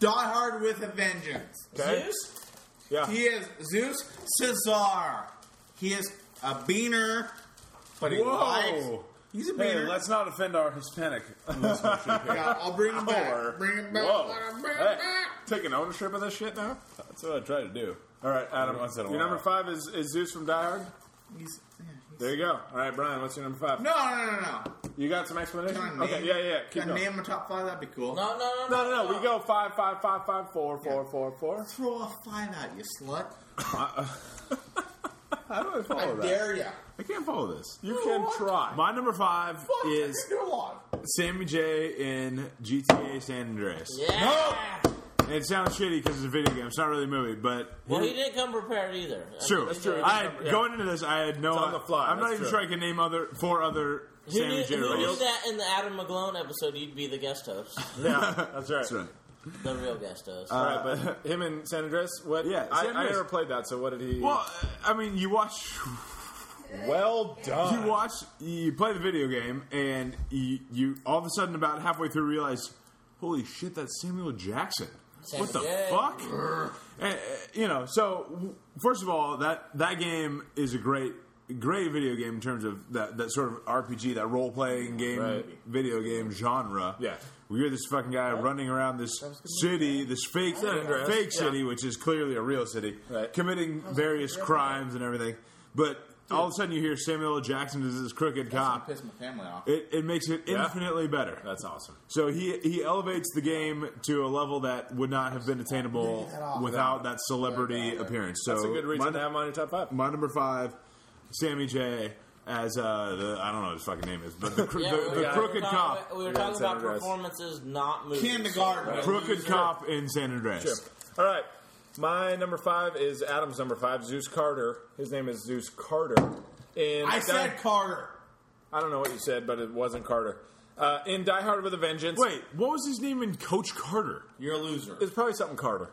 Speaker 3: Die Hard with a Vengeance.
Speaker 4: Okay?
Speaker 2: Zeus?
Speaker 4: Yeah.
Speaker 3: He is Zeus Cesar. He is a beaner, but he
Speaker 4: Whoa.
Speaker 3: likes. He's a
Speaker 4: Hey,
Speaker 3: beaner.
Speaker 4: let's not offend our Hispanic listenership here.
Speaker 3: Yeah, I'll bring him
Speaker 4: Or-
Speaker 3: back. Bring him back.
Speaker 4: Whoa.
Speaker 3: Bring him
Speaker 4: Hey,
Speaker 3: back.
Speaker 4: taking ownership of this shit now?
Speaker 1: That's what I try to do.
Speaker 4: All right, Adam.
Speaker 1: Once in a
Speaker 4: Your
Speaker 1: while.
Speaker 4: number five is, is Zeus from Die Hard.
Speaker 3: He's, yeah, he's-
Speaker 4: There you go. All right, Brian, what's your number five?
Speaker 3: no, no, no, no.
Speaker 4: You got some explanation?
Speaker 3: Can I name,
Speaker 4: okay, yeah, yeah.
Speaker 3: can
Speaker 4: Keep
Speaker 3: I
Speaker 4: going.
Speaker 3: name a top five? That'd be cool.
Speaker 2: No, no, no,
Speaker 4: no, no, no. We go five, five, five, five, four, four, four, four.
Speaker 3: Throw a five out, you slut.
Speaker 1: How do I
Speaker 3: I
Speaker 1: follow that?
Speaker 3: dare ya.
Speaker 1: I can't follow this.
Speaker 4: You can try.
Speaker 1: My number five
Speaker 3: Fuck, I
Speaker 1: is
Speaker 3: can do a lot.
Speaker 1: Sammy J in GTA San Andreas.
Speaker 2: Yeah.
Speaker 1: And It sounds shitty because it's a video game. It's not really a movie, but
Speaker 2: Well, he didn't come prepared either.
Speaker 1: It's true.
Speaker 2: That's
Speaker 1: I had, Going into this, I had no.
Speaker 4: on the fly.
Speaker 1: I'm not
Speaker 4: That's
Speaker 1: even
Speaker 4: true.
Speaker 1: sure I can name other four other
Speaker 2: Who
Speaker 1: Sammy
Speaker 2: knew,
Speaker 1: J.
Speaker 2: who knew
Speaker 1: roles.
Speaker 2: that in the Adam McGlone episode you'd be the guest host?
Speaker 4: Yeah, that's right.
Speaker 1: That's right.
Speaker 2: the real guest host.
Speaker 1: Uh,
Speaker 4: All right, but him and San Andreas, what?
Speaker 1: Yeah,
Speaker 4: I,
Speaker 1: San
Speaker 4: I
Speaker 1: Andreas.
Speaker 4: never played that. So what did he?
Speaker 1: Well, I mean, you watch,
Speaker 4: well done.
Speaker 1: you watch, you play the video game, and you, you all of a sudden, about halfway through, realize, holy shit, that's Samuel Jackson. what the
Speaker 2: Samuel J.
Speaker 1: fuck? And, uh, you know, so w- first of all, that that game is a great, great video game in terms of that that sort of RPG, that role playing game,
Speaker 4: Right.
Speaker 1: video game genre.
Speaker 4: Yeah.
Speaker 1: where you're this fucking guy running around this city, this fake
Speaker 4: Andreas,
Speaker 1: fake
Speaker 4: yeah.
Speaker 1: city, which is clearly a real city,
Speaker 4: Right.
Speaker 1: committing various crimes and everything. But all of a sudden, you hear Samuel L. Jackson is this crooked
Speaker 4: Ah.
Speaker 3: I'm
Speaker 1: cop.
Speaker 3: piss my family off.
Speaker 1: It, it makes it
Speaker 4: Yeah.
Speaker 1: infinitely better.
Speaker 4: That's awesome.
Speaker 1: So he he elevates the game to a level that would not have been attainable without that celebrity appearance. So
Speaker 4: That's a good reason
Speaker 1: my, Mm.
Speaker 4: to have him on your top five.
Speaker 1: my number five, Sammy J. As uh, the I don't know what his fucking name is, but the, cro-
Speaker 2: Yeah,
Speaker 1: the,
Speaker 2: we
Speaker 1: the
Speaker 2: were
Speaker 1: crooked
Speaker 2: talking
Speaker 1: cop,
Speaker 2: about- We were
Speaker 4: Yeah,
Speaker 2: talking
Speaker 4: it's
Speaker 2: about
Speaker 4: Andres.
Speaker 2: performance, not movies.
Speaker 3: Kindergarten.
Speaker 1: crooked cop in San Andreas.
Speaker 4: Sure. All right. My number five is Adam's number five, Zeus Carter. His name is Zeus Carter. And
Speaker 3: I said Carter.
Speaker 4: I don't know what you said, but it wasn't Carter. Uh, in Die Hard with a Vengeance,
Speaker 1: Wait, what was his name in Coach Carter?
Speaker 3: You're a loser.
Speaker 4: it's probably something Carter.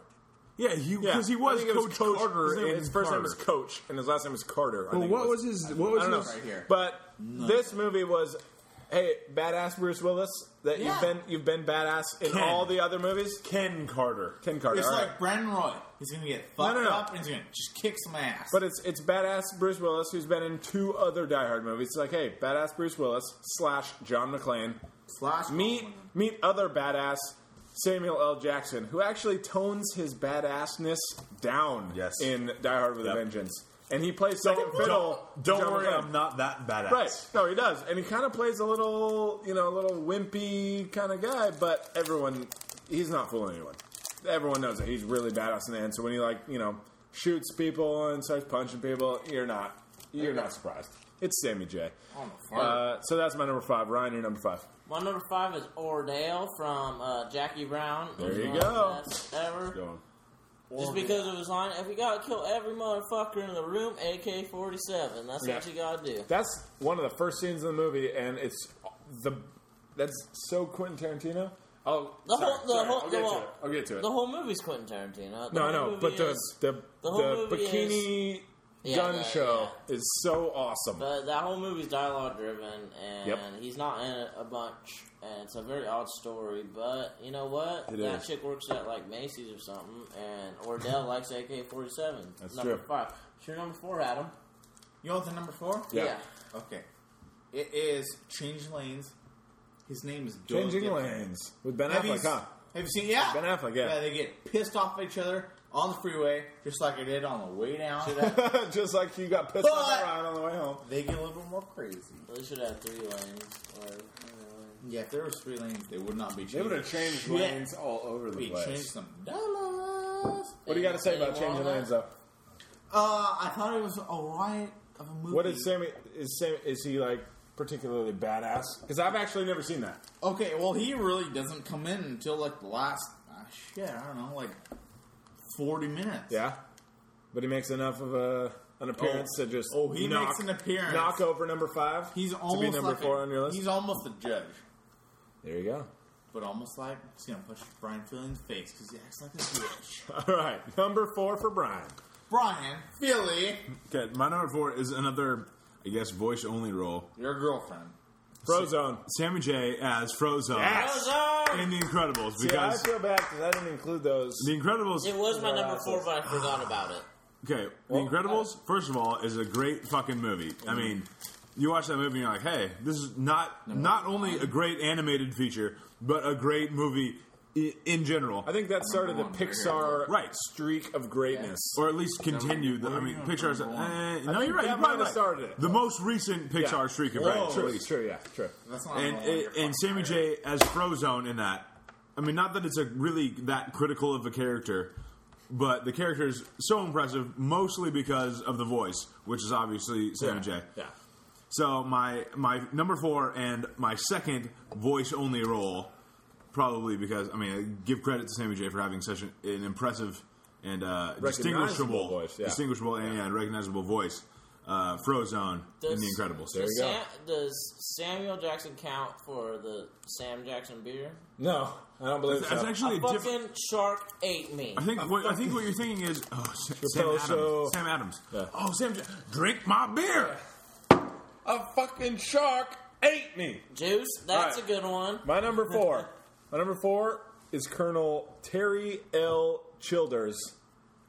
Speaker 1: Yeah, he
Speaker 4: Yeah,
Speaker 1: because he
Speaker 4: I
Speaker 1: was
Speaker 4: think it
Speaker 1: Coach, Carter.
Speaker 4: His, name-
Speaker 1: in
Speaker 4: his first
Speaker 1: Carter.
Speaker 4: name was Coach, and his last name was Carter. I
Speaker 1: Well,
Speaker 4: think it
Speaker 1: what was his? What was
Speaker 4: I don't know.
Speaker 1: his?
Speaker 3: Right here.
Speaker 4: But this movie was Hey, badass Bruce Willis that
Speaker 3: Yeah.
Speaker 4: you've been you've been badass in
Speaker 1: Ken.
Speaker 4: all the other movies.
Speaker 1: Ken Carter.
Speaker 4: Ken Carter.
Speaker 3: It's
Speaker 4: all right.
Speaker 3: like Brendan Roy. He's gonna get fucked
Speaker 4: no, no.
Speaker 3: up and he's gonna just kick some ass.
Speaker 4: But it's it's badass Bruce Willis who's been in two other Die Hard movies. It's like, hey, badass Bruce Willis slash John McClane.
Speaker 3: slash
Speaker 4: Meet meet other badass Samuel L. Jackson, who actually tones his badassness down
Speaker 1: Yes.
Speaker 4: in Die Hard with a
Speaker 1: Yep.
Speaker 4: Vengeance. And he plays second fiddle.
Speaker 1: Don't, don't
Speaker 4: to John
Speaker 1: worry,
Speaker 4: McClane.
Speaker 1: I'm not that badass.
Speaker 4: Right. No, he does. And he kind of plays a little, you know, a little wimpy kind of guy, but everyone, he's not fooling anyone. Everyone knows that he's really badass in the end. So when he, like, you know, shoots people and starts punching people, you're not, you're not surprised. It's Sammy J. Uh, so that's my number five. Ryan, your number five.
Speaker 2: My number five is Ordale from uh, Jackie Brown. It
Speaker 4: There
Speaker 2: was
Speaker 4: you
Speaker 2: one of the
Speaker 4: go.
Speaker 2: best Ever.
Speaker 7: Going.
Speaker 2: Just because it was on, if we gotta kill every motherfucker in the room, AK 47. That's what
Speaker 4: Yeah.
Speaker 2: you gotta do.
Speaker 4: That's one of the first scenes in the movie, and it's the, that's so Quentin Tarantino. Oh,
Speaker 2: The
Speaker 4: sorry,
Speaker 2: whole- the
Speaker 4: sorry.
Speaker 2: whole-
Speaker 4: I'll
Speaker 2: the
Speaker 4: get to
Speaker 2: whole-
Speaker 4: it. I'll get to it.
Speaker 2: The whole movie's Quentin Tarantino. The
Speaker 4: No,
Speaker 2: whole
Speaker 4: I know,
Speaker 2: movie
Speaker 4: but the
Speaker 2: is-
Speaker 4: the,
Speaker 2: the whole
Speaker 4: the
Speaker 2: movie
Speaker 4: bikini
Speaker 2: Yeah,
Speaker 4: gun
Speaker 2: the-
Speaker 4: show is so awesome.
Speaker 2: But that whole movie's dialogue driven, and
Speaker 4: Yep.
Speaker 2: he's not in it a bunch, and it's a very odd story. But you know what?
Speaker 4: It
Speaker 2: that
Speaker 4: is.
Speaker 2: chick works at like Macy's or something, and Ordell likes AK forty seven. That's number
Speaker 4: true.
Speaker 2: five. It's your number four, Adam.
Speaker 3: You want the number four?
Speaker 4: Yeah.
Speaker 3: Okay. It is Change Lanes. His name is Doyle
Speaker 4: Changing
Speaker 3: Gibbons.
Speaker 4: lanes with Ben
Speaker 3: Have you,
Speaker 4: Affleck, huh?
Speaker 3: have you seen? Yeah.
Speaker 4: Ben Affleck, yeah.
Speaker 3: Yeah, they get pissed off at each other on the freeway, just like I did on the way down.
Speaker 4: Just like you got pissed
Speaker 3: But-
Speaker 4: off around on the way home.
Speaker 3: they get a little bit more crazy.
Speaker 2: They should have three lanes. Or, you
Speaker 3: Yeah, if there was three lanes, they would not be changing.
Speaker 7: They would have changed
Speaker 3: shit.
Speaker 7: lanes all over the
Speaker 3: We
Speaker 7: place.
Speaker 3: changed them dollars.
Speaker 4: What do you got to say about
Speaker 2: Anything
Speaker 4: changing
Speaker 2: wrong
Speaker 4: lanes,
Speaker 2: with
Speaker 4: though?
Speaker 3: Uh, I thought it was a riot of a movie.
Speaker 4: What is Sammy? Is Sammy? Is he like particularly badass? Because I've actually never seen that.
Speaker 3: Okay, well, he really doesn't come in until like the last uh, shit. I don't know, like forty minutes.
Speaker 4: Yeah, but he makes enough of a an appearance to just
Speaker 3: Oh, he
Speaker 4: knock,
Speaker 3: makes an appearance.
Speaker 4: knock over number five.
Speaker 3: He's
Speaker 4: to
Speaker 3: almost
Speaker 4: be number
Speaker 3: like
Speaker 4: four
Speaker 3: a-
Speaker 4: on your list.
Speaker 3: He's almost a judge,
Speaker 4: there you go.
Speaker 3: but almost like he's gonna push Brian Philly in the face because he acts like a bitch.
Speaker 4: All right, number four for Brian.
Speaker 3: Brian Philly,
Speaker 1: Okay, my number four is another, I guess, voice only role.
Speaker 3: your girlfriend.
Speaker 4: Frozone.
Speaker 1: Sammy J as Frozone
Speaker 4: Yes!
Speaker 1: in The Incredibles
Speaker 4: See, I
Speaker 1: because
Speaker 4: feel bad because I didn't include those.
Speaker 1: The Incredibles.
Speaker 2: It was my number four, but I forgot about it.
Speaker 1: Okay, The Incredibles. First of all, is a great fucking movie.
Speaker 4: Mm-hmm.
Speaker 1: I mean, you watch that movie and you're like, hey, this is not not only a great animated feature, but a great movie i- in general,
Speaker 4: I think that started the
Speaker 3: Number one,
Speaker 4: Pixar
Speaker 1: Right.
Speaker 4: streak of greatness.
Speaker 1: or at least continue. The, I mean, Pixar's. Eh, no, you're right. You're
Speaker 4: that might have
Speaker 1: probably right.
Speaker 4: started it.
Speaker 1: The most recent Pixar
Speaker 4: Yeah.
Speaker 1: streak of
Speaker 4: Whoa.
Speaker 1: greatness.
Speaker 4: True, true, yeah, true.
Speaker 3: That's not
Speaker 1: and
Speaker 3: the one you're
Speaker 1: and Sammy
Speaker 3: fucking-
Speaker 1: J as Frozone in that. I mean, not that it's a really that critical of a character, but the character is so impressive, mostly because of the voice, which is obviously Sammy J.
Speaker 4: Yeah.
Speaker 1: So my my number four and my second voice only role, probably because I mean, I give credit to Sammy J for having such an, an impressive and uh, distinguishable,
Speaker 4: voice, yeah.
Speaker 1: distinguishable and yeah, recognizable voice. Uh, Frozone in The Incredibles.
Speaker 4: There
Speaker 2: does
Speaker 4: you go.
Speaker 2: does Samuel Jackson count for the Sam Jackson beer?
Speaker 4: No, I don't believe
Speaker 1: That's
Speaker 4: so.
Speaker 1: actually a
Speaker 2: Fucking
Speaker 1: different.
Speaker 2: shark ate me.
Speaker 1: I think what I think what you're thinking is oh, Sa- Sam
Speaker 4: Chappelle
Speaker 1: Adams.
Speaker 4: Show.
Speaker 1: Sam Adams.
Speaker 4: Yeah.
Speaker 1: Oh, Sam, J- drink my beer.
Speaker 4: a fucking shark ate me.
Speaker 2: Juice, that's
Speaker 4: All right.
Speaker 2: a good one.
Speaker 4: My number four. my number four is Colonel Terry L. Childers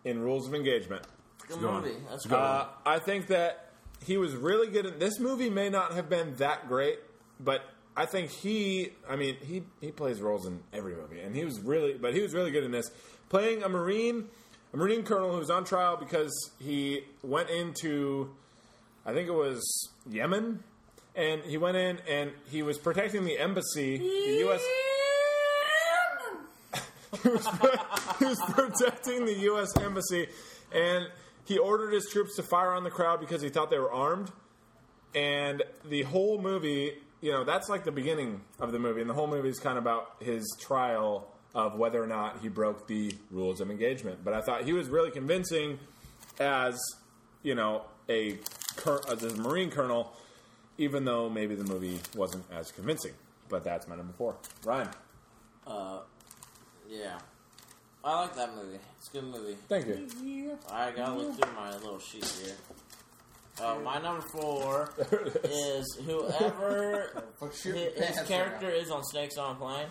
Speaker 4: in Rules of Engagement.
Speaker 2: Good
Speaker 1: going.
Speaker 2: movie. That's
Speaker 1: It's
Speaker 2: good.
Speaker 1: going.
Speaker 4: Uh, I think that he was really good. In, this movie may not have been that great, but I think he. I mean, he he plays roles in every movie, and he was really, but he was really good in this, playing a marine, a marine colonel who's on trial because he went into, I think it was Yemen, and he went in and he was protecting the embassy, the U.S. he, was, he was protecting the U.S. embassy, and he ordered his troops to fire on the crowd because he thought they were armed. And the whole movie, you know, that's like the beginning of the movie, and the whole movie is kind of about his trial of whether or not he broke the rules of engagement. But I thought he was really convincing as, you know, a cur- as a Marine colonel, even though maybe the movie wasn't as convincing. But that's my number four, Ryan.
Speaker 2: Yeah. I like that movie. It's a good movie.
Speaker 4: Thank you.
Speaker 2: I gotta look through my little sheet here. Uh, my number four is whoever his, his character is on Snakes on a Plane.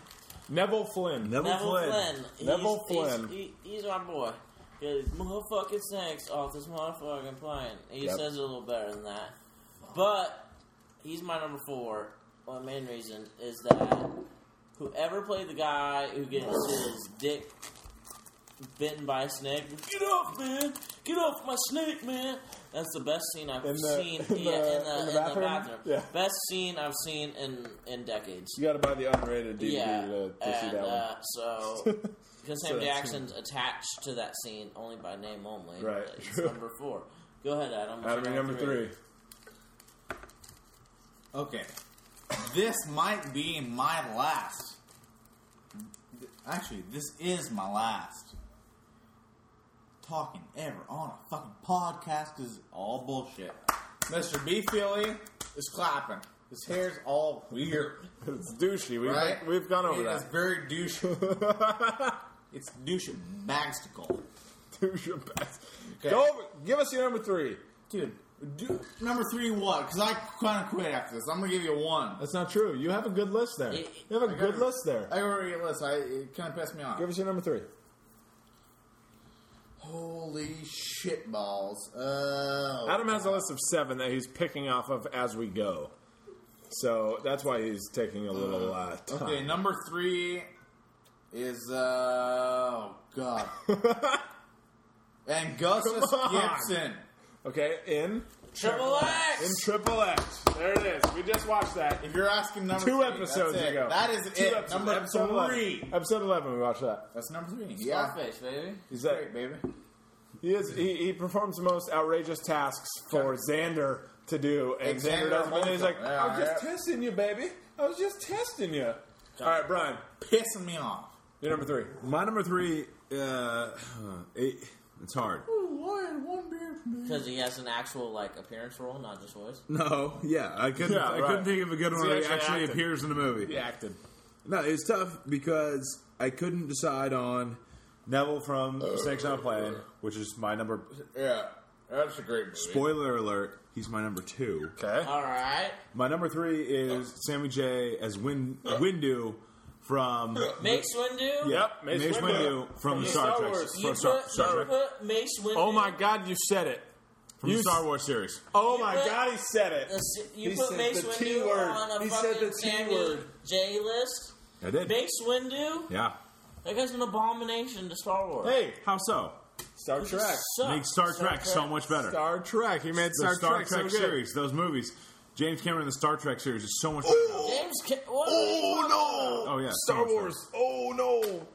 Speaker 4: Neville Flynn.
Speaker 1: Neville,
Speaker 2: Neville
Speaker 1: Flynn.
Speaker 2: Flynn.
Speaker 4: Neville
Speaker 2: he's,
Speaker 4: Flynn.
Speaker 2: He's, he, he's my boy. Cause motherfucking snakes off this motherfucking plane. He
Speaker 4: Yep.
Speaker 2: says it a little better than that, but he's my number four. Well, the main reason is that whoever played the guy who gets his dick bitten by a snake, get off, man, get off my snake, man. That's the best scene I've
Speaker 4: In the-
Speaker 2: seen
Speaker 4: in
Speaker 2: yeah,
Speaker 4: the-
Speaker 2: in, the,
Speaker 4: in the
Speaker 2: in the
Speaker 4: bathroom?
Speaker 2: bathroom.
Speaker 4: Yeah.
Speaker 2: Best scene I've seen in in decades
Speaker 4: You got to buy the unrated DVD
Speaker 2: yeah,
Speaker 4: to, to see
Speaker 2: and,
Speaker 4: that one.
Speaker 2: uh, so because Sam
Speaker 4: So that's-
Speaker 2: Jackson's attached to that scene only by name only.
Speaker 4: Right.
Speaker 2: It's number four. Go ahead, Adam. What's
Speaker 4: Adam,
Speaker 2: your
Speaker 4: you're number three.
Speaker 3: Okay. This might be my last. Actually, this is my last. Talking ever on a fucking podcast is all bullshit. Mr. B. Philly is clapping. His hair's all weird.
Speaker 4: It's douchey. We've,
Speaker 3: Right?
Speaker 4: we've gone over
Speaker 3: It is
Speaker 4: that.
Speaker 3: very douche. it's douche magical.
Speaker 4: Douche your best.
Speaker 3: Okay.
Speaker 4: Go over, give us your number three.
Speaker 3: Dude, do, number three, what? Because I kind of quit after this. I'm going to give you a one.
Speaker 4: That's not true. You have a good list there.
Speaker 2: It-
Speaker 4: You have a
Speaker 3: I
Speaker 4: good
Speaker 3: gotta-
Speaker 4: list there.
Speaker 3: I already list. I, it kind of pissed me off.
Speaker 4: Give us your number three.
Speaker 3: Holy shit balls. Uh,
Speaker 4: Adam has a list of seven that he's picking off of as we go. So that's why he's taking a little uh, time.
Speaker 3: okay, number three is uh, oh god. and Gustus
Speaker 4: Come on.
Speaker 3: Gibson.
Speaker 4: Okay, in
Speaker 2: Triple
Speaker 4: in
Speaker 2: X.
Speaker 4: triple X. There it is. We just watched that
Speaker 3: If you're asking number
Speaker 4: two
Speaker 3: three,
Speaker 4: episodes
Speaker 3: that's it.
Speaker 4: ago.
Speaker 3: That is
Speaker 4: Two
Speaker 3: it.
Speaker 4: episodes-
Speaker 3: number
Speaker 4: episode
Speaker 3: three.
Speaker 4: 11. Episode eleven. We watched that.
Speaker 3: That's number three. Yeah,
Speaker 2: Scarface, baby.
Speaker 4: He's that
Speaker 3: Great, baby.
Speaker 4: he is he, he performs the most outrageous tasks for Xander to do, and
Speaker 3: And
Speaker 4: Xander
Speaker 3: Xander
Speaker 4: does one. and He's like,
Speaker 3: won't. Yeah,
Speaker 4: "I'm just
Speaker 3: yeah.
Speaker 4: testing you, baby. I was just testing you." All right, Brian,
Speaker 3: Pissing me off.
Speaker 4: you're number three.
Speaker 1: My number three, uh, it, it's hard.
Speaker 2: Because he has an actual like appearance role, not just voice.
Speaker 4: Mm.
Speaker 1: No, Oh, yeah, I couldn't.
Speaker 4: Yeah,
Speaker 1: I
Speaker 4: right.
Speaker 1: couldn't think of a good one
Speaker 4: he
Speaker 1: where he
Speaker 4: actually
Speaker 1: actually
Speaker 4: acted.
Speaker 1: appears in the movie.
Speaker 4: He acted.
Speaker 1: No, it's tough because I couldn't decide on Neville from Snakes on a Plane, which is my number.
Speaker 3: Yeah, that's a great movie.
Speaker 1: Spoiler alert: he's my number two.
Speaker 4: Okay.
Speaker 2: All right,
Speaker 1: My number three is Sammy J as Win Windu from
Speaker 4: Mm.
Speaker 2: Mace Windu.
Speaker 1: yeah,
Speaker 4: Yep, Mace Windu.
Speaker 1: from, the Star,
Speaker 4: Star
Speaker 1: Trek,
Speaker 4: Wars.
Speaker 2: You
Speaker 1: from Star,
Speaker 2: put,
Speaker 1: Star
Speaker 2: you
Speaker 1: Trek,
Speaker 2: put Mace Windu.
Speaker 4: Oh my God, you said it.
Speaker 1: from the
Speaker 4: you-
Speaker 1: Star Wars series.
Speaker 4: Oh my
Speaker 2: put-
Speaker 4: God, he said it.
Speaker 2: The s- you
Speaker 4: He
Speaker 2: put
Speaker 4: said
Speaker 2: Mace
Speaker 4: the
Speaker 2: Windu
Speaker 4: T word.
Speaker 2: on a
Speaker 4: He said
Speaker 2: fucking
Speaker 4: the T
Speaker 2: Sammy
Speaker 4: word.
Speaker 2: J list.
Speaker 1: I did.
Speaker 2: Mace Windu.
Speaker 1: Yeah.
Speaker 2: That guy's an abomination to Star Wars.
Speaker 4: Hey,
Speaker 1: How so?
Speaker 4: Star
Speaker 2: He
Speaker 4: Trek.
Speaker 2: sucks.
Speaker 1: Makes Star, Trek, so much better.
Speaker 4: Star Trek. He made
Speaker 1: the
Speaker 4: Star,
Speaker 1: Star,
Speaker 4: Trek,
Speaker 1: Trek,
Speaker 4: so good.
Speaker 1: series, those movies. James Cameron, the Star Trek series is so much better.
Speaker 2: James. Ca- what oh
Speaker 1: Oh yeah, so
Speaker 4: Star
Speaker 1: much better.
Speaker 4: Wars. Oh no.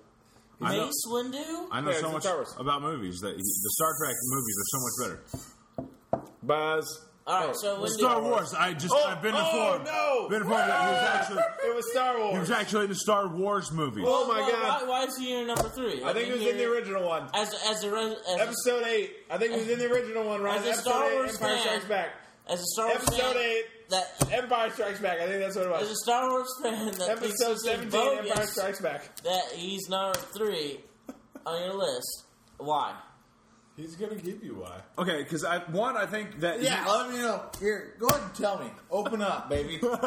Speaker 1: I know,
Speaker 2: Mace Windu.
Speaker 1: I know
Speaker 4: Yeah,
Speaker 1: so
Speaker 4: it's
Speaker 1: much
Speaker 4: Star Wars.
Speaker 1: about movies that the Star Trek movies are so much better.
Speaker 4: Buzz.
Speaker 2: All right, so Windu.
Speaker 1: Star Wars. I just
Speaker 4: Oh,
Speaker 1: I've been
Speaker 4: oh,
Speaker 1: informed.
Speaker 4: no.
Speaker 1: Been informed that he was actually
Speaker 4: It was Star Wars.
Speaker 1: he was actually in the Star Wars movie.
Speaker 4: Oh my
Speaker 2: Why-
Speaker 4: God.
Speaker 2: Why, why is he in number three?
Speaker 4: I think it was in the
Speaker 2: you're-
Speaker 4: original one.
Speaker 2: As as a re- as, a-
Speaker 4: Episode eight. I think it was in the original one, right?
Speaker 2: As a
Speaker 4: Episode
Speaker 2: Star
Speaker 4: eight,
Speaker 2: Wars
Speaker 4: Empire
Speaker 2: fan.
Speaker 4: Strikes Back.
Speaker 2: as a Star Wars
Speaker 4: Episode
Speaker 2: fan,
Speaker 4: eight.
Speaker 2: That
Speaker 4: Empire Strikes Back. I think that's what it
Speaker 2: as a
Speaker 4: was.
Speaker 2: Star Wars fan that thinks
Speaker 4: Episode
Speaker 2: it's
Speaker 4: seventeen.
Speaker 2: bogus
Speaker 4: Empire Strikes Back.
Speaker 2: that he's number three on your list. Why?
Speaker 4: He's gonna give you why.
Speaker 1: Okay, because I one I think that
Speaker 3: Yeah, let me know. Here, go ahead and tell me. Open up, baby. Open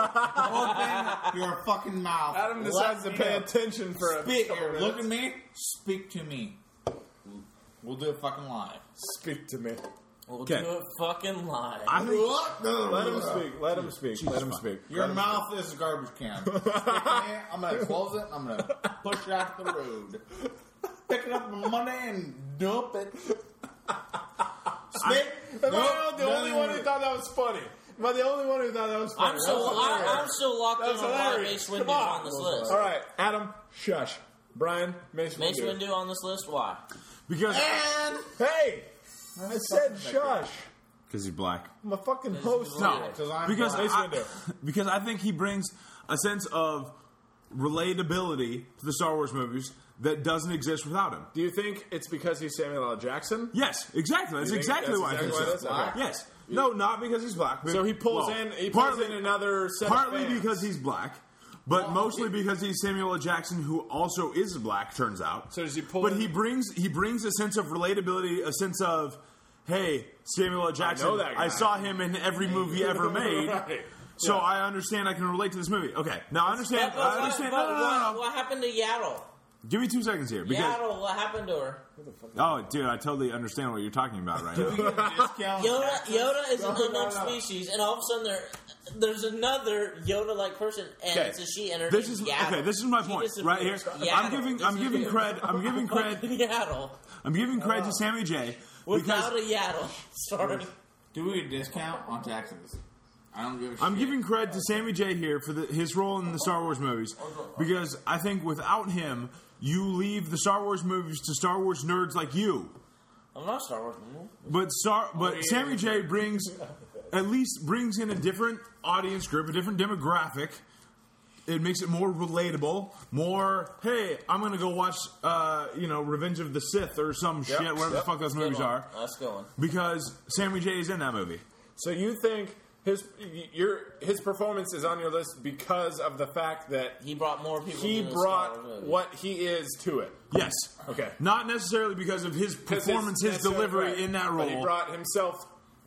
Speaker 3: your fucking mouth.
Speaker 4: Adam
Speaker 3: Let
Speaker 4: decides to
Speaker 3: me
Speaker 4: pay
Speaker 3: know.
Speaker 4: attention for a
Speaker 3: Speak.
Speaker 4: couple
Speaker 3: Look at
Speaker 4: minutes.
Speaker 3: me. Speak to me. We'll do it fucking live.
Speaker 4: Speak to me.
Speaker 2: We'll
Speaker 1: Okay.
Speaker 2: do it fucking live.
Speaker 1: I think
Speaker 4: Let him speak. Let him speak. Let him
Speaker 1: fuck.
Speaker 4: speak.
Speaker 3: Your mouth is a garbage can. Speak to me. I'm gonna close it. I'm gonna push it out the road. Pick it up on Monday and dump it. Speak.
Speaker 4: Am I
Speaker 3: Nope.
Speaker 4: the only one who thought that was funny? Am I the only one who thought that was funny?
Speaker 2: I'm
Speaker 4: That
Speaker 2: so
Speaker 4: was
Speaker 2: I, I'm
Speaker 4: hilarious.
Speaker 2: so locked
Speaker 4: That
Speaker 2: in
Speaker 4: was
Speaker 2: on why
Speaker 4: hilarious.
Speaker 2: Mace
Speaker 4: Come
Speaker 2: Windu's
Speaker 4: on.
Speaker 2: on. this list.
Speaker 4: All right, Adam, shush. Brian, Mace,
Speaker 2: Mace
Speaker 4: Windu.
Speaker 2: Windu on this list. Why?
Speaker 1: because
Speaker 4: Hey, I said shush.
Speaker 1: because he's black.
Speaker 4: I'm a fucking host.
Speaker 2: No.
Speaker 4: here.
Speaker 3: Because I'm
Speaker 1: because
Speaker 3: black.
Speaker 1: I,
Speaker 4: Windu.
Speaker 1: because I think he brings a sense of relatability to the Star Wars movies that doesn't exist without him.
Speaker 4: Do you think it's because he's Samuel L. Jackson?
Speaker 1: Yes, exactly. That's
Speaker 4: think
Speaker 1: exactly
Speaker 4: that's
Speaker 1: why
Speaker 4: exactly
Speaker 1: I
Speaker 4: why
Speaker 1: think so.
Speaker 4: that's- okay.
Speaker 1: Yes. No, not because he's black. but-
Speaker 4: So he pulls
Speaker 1: well,
Speaker 4: in. He pulls
Speaker 1: partly,
Speaker 4: in another. Set of
Speaker 1: partly
Speaker 4: fans.
Speaker 1: because he's black, but mostly because he's Samuel L. Jackson, who also is black. Turns out.
Speaker 4: So does he pull
Speaker 1: But
Speaker 4: in-
Speaker 1: he brings he brings a sense of relatability, a sense of hey, Samuel L. Jackson,
Speaker 4: know that guy."
Speaker 1: I saw him in every movie ever made.
Speaker 4: Right.
Speaker 1: So I understand. I can relate to this movie. Okay, now I understand.
Speaker 2: But- but
Speaker 1: I
Speaker 2: what-
Speaker 1: understand.
Speaker 2: but
Speaker 1: No, no, no,
Speaker 2: What,
Speaker 1: no.
Speaker 2: what happened to Yaddle?
Speaker 1: Give me two seconds here, because
Speaker 2: Yaddle, what happened to her?
Speaker 1: oh, dude, I totally understand what you're talking about right now.
Speaker 3: Discount.
Speaker 2: Yoda, Yoda is an
Speaker 3: no,
Speaker 2: unknown
Speaker 3: no.
Speaker 2: species, and all of a sudden there, there's another Yoda-like person, and
Speaker 1: Okay.
Speaker 2: it's a she. And her
Speaker 1: This
Speaker 2: name's
Speaker 1: is
Speaker 2: Yaddle.
Speaker 1: okay. This is my
Speaker 2: She
Speaker 1: point
Speaker 2: disappears.
Speaker 1: right here. I'm
Speaker 2: Yaddle
Speaker 1: giving. I'm giving
Speaker 2: disappears.
Speaker 1: cred. I'm giving cred.
Speaker 2: Yaddle.
Speaker 1: I'm giving cred to Sammy J. Because
Speaker 2: Uh, Without a Yaddle. Sorry.
Speaker 3: Do we get a discount on taxes? I don't give a
Speaker 1: I'm
Speaker 3: shit.
Speaker 1: giving cred to Sammy J here for the, his role in the Star Wars movies because I think without him, you leave the Star Wars movies to Star Wars nerds like you.
Speaker 2: I'm not Star Wars.
Speaker 1: But Star,
Speaker 4: Oh,
Speaker 1: but Sammy J brings at least brings in a different audience group, a different demographic. It makes it more relatable. More, hey, I'm gonna go watch, uh, you know, Revenge of the Sith or some shit, whatever the fuck those movies are,
Speaker 2: That's going.
Speaker 1: because Sammy J is in that movie.
Speaker 4: So you think his y- your his performance is on your list because of the fact that
Speaker 2: He brought more people.
Speaker 4: he
Speaker 2: to the Star Wars
Speaker 4: brought
Speaker 2: movie.
Speaker 4: what he is to it.
Speaker 1: Yes.
Speaker 4: Okay.
Speaker 1: Not necessarily because of his
Speaker 4: 'Cause
Speaker 1: performance, his,
Speaker 4: that's
Speaker 1: delivery
Speaker 4: right.
Speaker 1: in that
Speaker 4: But
Speaker 1: role,
Speaker 4: he brought himself.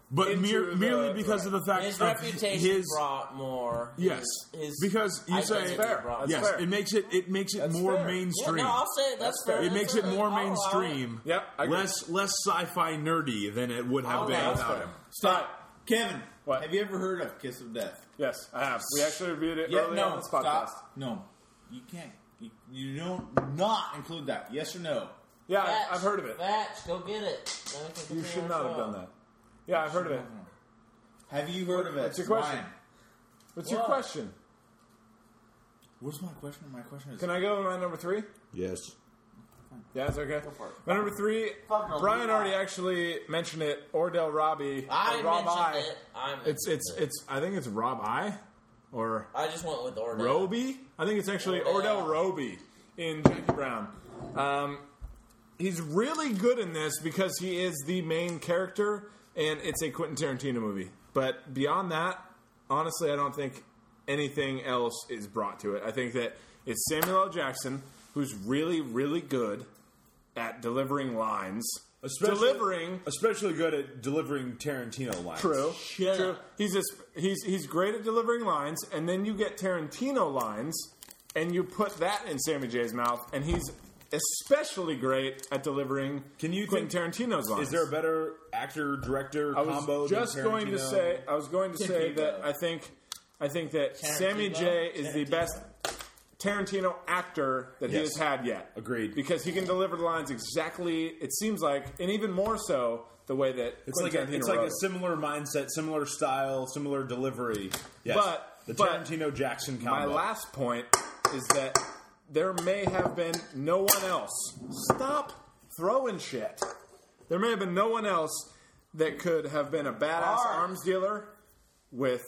Speaker 1: but
Speaker 4: into
Speaker 1: mere,
Speaker 4: the-
Speaker 1: merely because of the fact
Speaker 2: his
Speaker 1: of
Speaker 2: reputation
Speaker 1: his-
Speaker 2: brought more.
Speaker 1: Yes,
Speaker 2: his, his
Speaker 1: because you
Speaker 2: identity
Speaker 1: say
Speaker 4: fair.
Speaker 2: brought-
Speaker 4: That's
Speaker 1: yes,
Speaker 4: fair.
Speaker 1: it makes it it makes it more
Speaker 4: fair.
Speaker 2: Yeah,
Speaker 1: mainstream.
Speaker 2: no, I'll say it. That's, fair.
Speaker 1: it makes it
Speaker 2: That's
Speaker 1: more
Speaker 2: fair. I'll allow it.
Speaker 1: mainstream.
Speaker 4: Yep, I agree. Oh,
Speaker 1: less less sci-fi nerdy than it would have
Speaker 2: I'll
Speaker 1: been
Speaker 2: allow it.
Speaker 1: without him.
Speaker 3: Stop. Kevin,
Speaker 4: What?
Speaker 3: have you ever heard of Kiss of Death?
Speaker 4: Yes, I have. We actually reviewed it earlier on this podcast.
Speaker 3: Stop. No. You can't. You, you don't not include that. Yes or no?
Speaker 4: Yeah,
Speaker 2: Facts.
Speaker 4: I, I've heard of it.
Speaker 2: Facts. Go get it. Then we can
Speaker 4: You
Speaker 2: continue
Speaker 4: should
Speaker 2: our
Speaker 4: not have
Speaker 2: show.
Speaker 4: done that. Yeah, I've heard of it.
Speaker 3: Have you heard of it?
Speaker 4: What's your question?
Speaker 3: Ryan?
Speaker 4: What's your
Speaker 2: Whoa.
Speaker 4: question?
Speaker 3: What's my question? My question is.
Speaker 4: Can I go to my number three?
Speaker 1: Yes.
Speaker 4: Yeah, it's okay. My number three,
Speaker 3: Fuck no,
Speaker 4: Brian
Speaker 3: leave
Speaker 4: already actually mentioned it. Ordell Robbie,
Speaker 2: I
Speaker 4: or Rob
Speaker 2: mentioned
Speaker 4: I.
Speaker 2: it. I mentioned
Speaker 4: It's it's
Speaker 2: it.
Speaker 4: it's. I think it's Rob I, or
Speaker 2: I just went with order.
Speaker 4: Roby. I think it's actually
Speaker 2: Ordell.
Speaker 4: Ordell Roby in Jackie Brown. Um, he's really good in this because he is the main character, and it's a Quentin Tarantino movie. But beyond that, honestly, I don't think anything else is brought to it. I think that it's Samuel L. Jackson who's really, really good at delivering lines, delivering
Speaker 1: especially good at delivering Tarantino lines.
Speaker 4: True. True. He's a, sp- he's he's great at delivering lines, and then you get Tarantino lines, and you put that in Sammy J's mouth, and he's especially great at delivering.
Speaker 1: Can you
Speaker 4: Quentin
Speaker 1: think-
Speaker 4: Tarantino's lines?
Speaker 1: Is there a better actor director
Speaker 4: I
Speaker 1: combo?
Speaker 4: was
Speaker 1: than
Speaker 4: just going to
Speaker 1: Tarantino?
Speaker 4: say. I was going to say
Speaker 3: Tarantino.
Speaker 4: that I think I think that Sammy
Speaker 2: Tarantino.
Speaker 4: J is the best Tarantino actor that he
Speaker 1: Yes.
Speaker 4: has had yet.
Speaker 1: Agreed.
Speaker 4: Because he can deliver the lines exactly. It seems like, and even more so, the way that
Speaker 1: It's like, a, it's like a similar mindset, similar style, similar delivery. Yes.
Speaker 4: But-
Speaker 1: the
Speaker 4: but-
Speaker 1: Tarantino Jackson combo.
Speaker 4: My last point is that there may have been no one else. Stop throwing shit. There may have been no one else that could have been a badass
Speaker 3: Alright.
Speaker 4: arms dealer with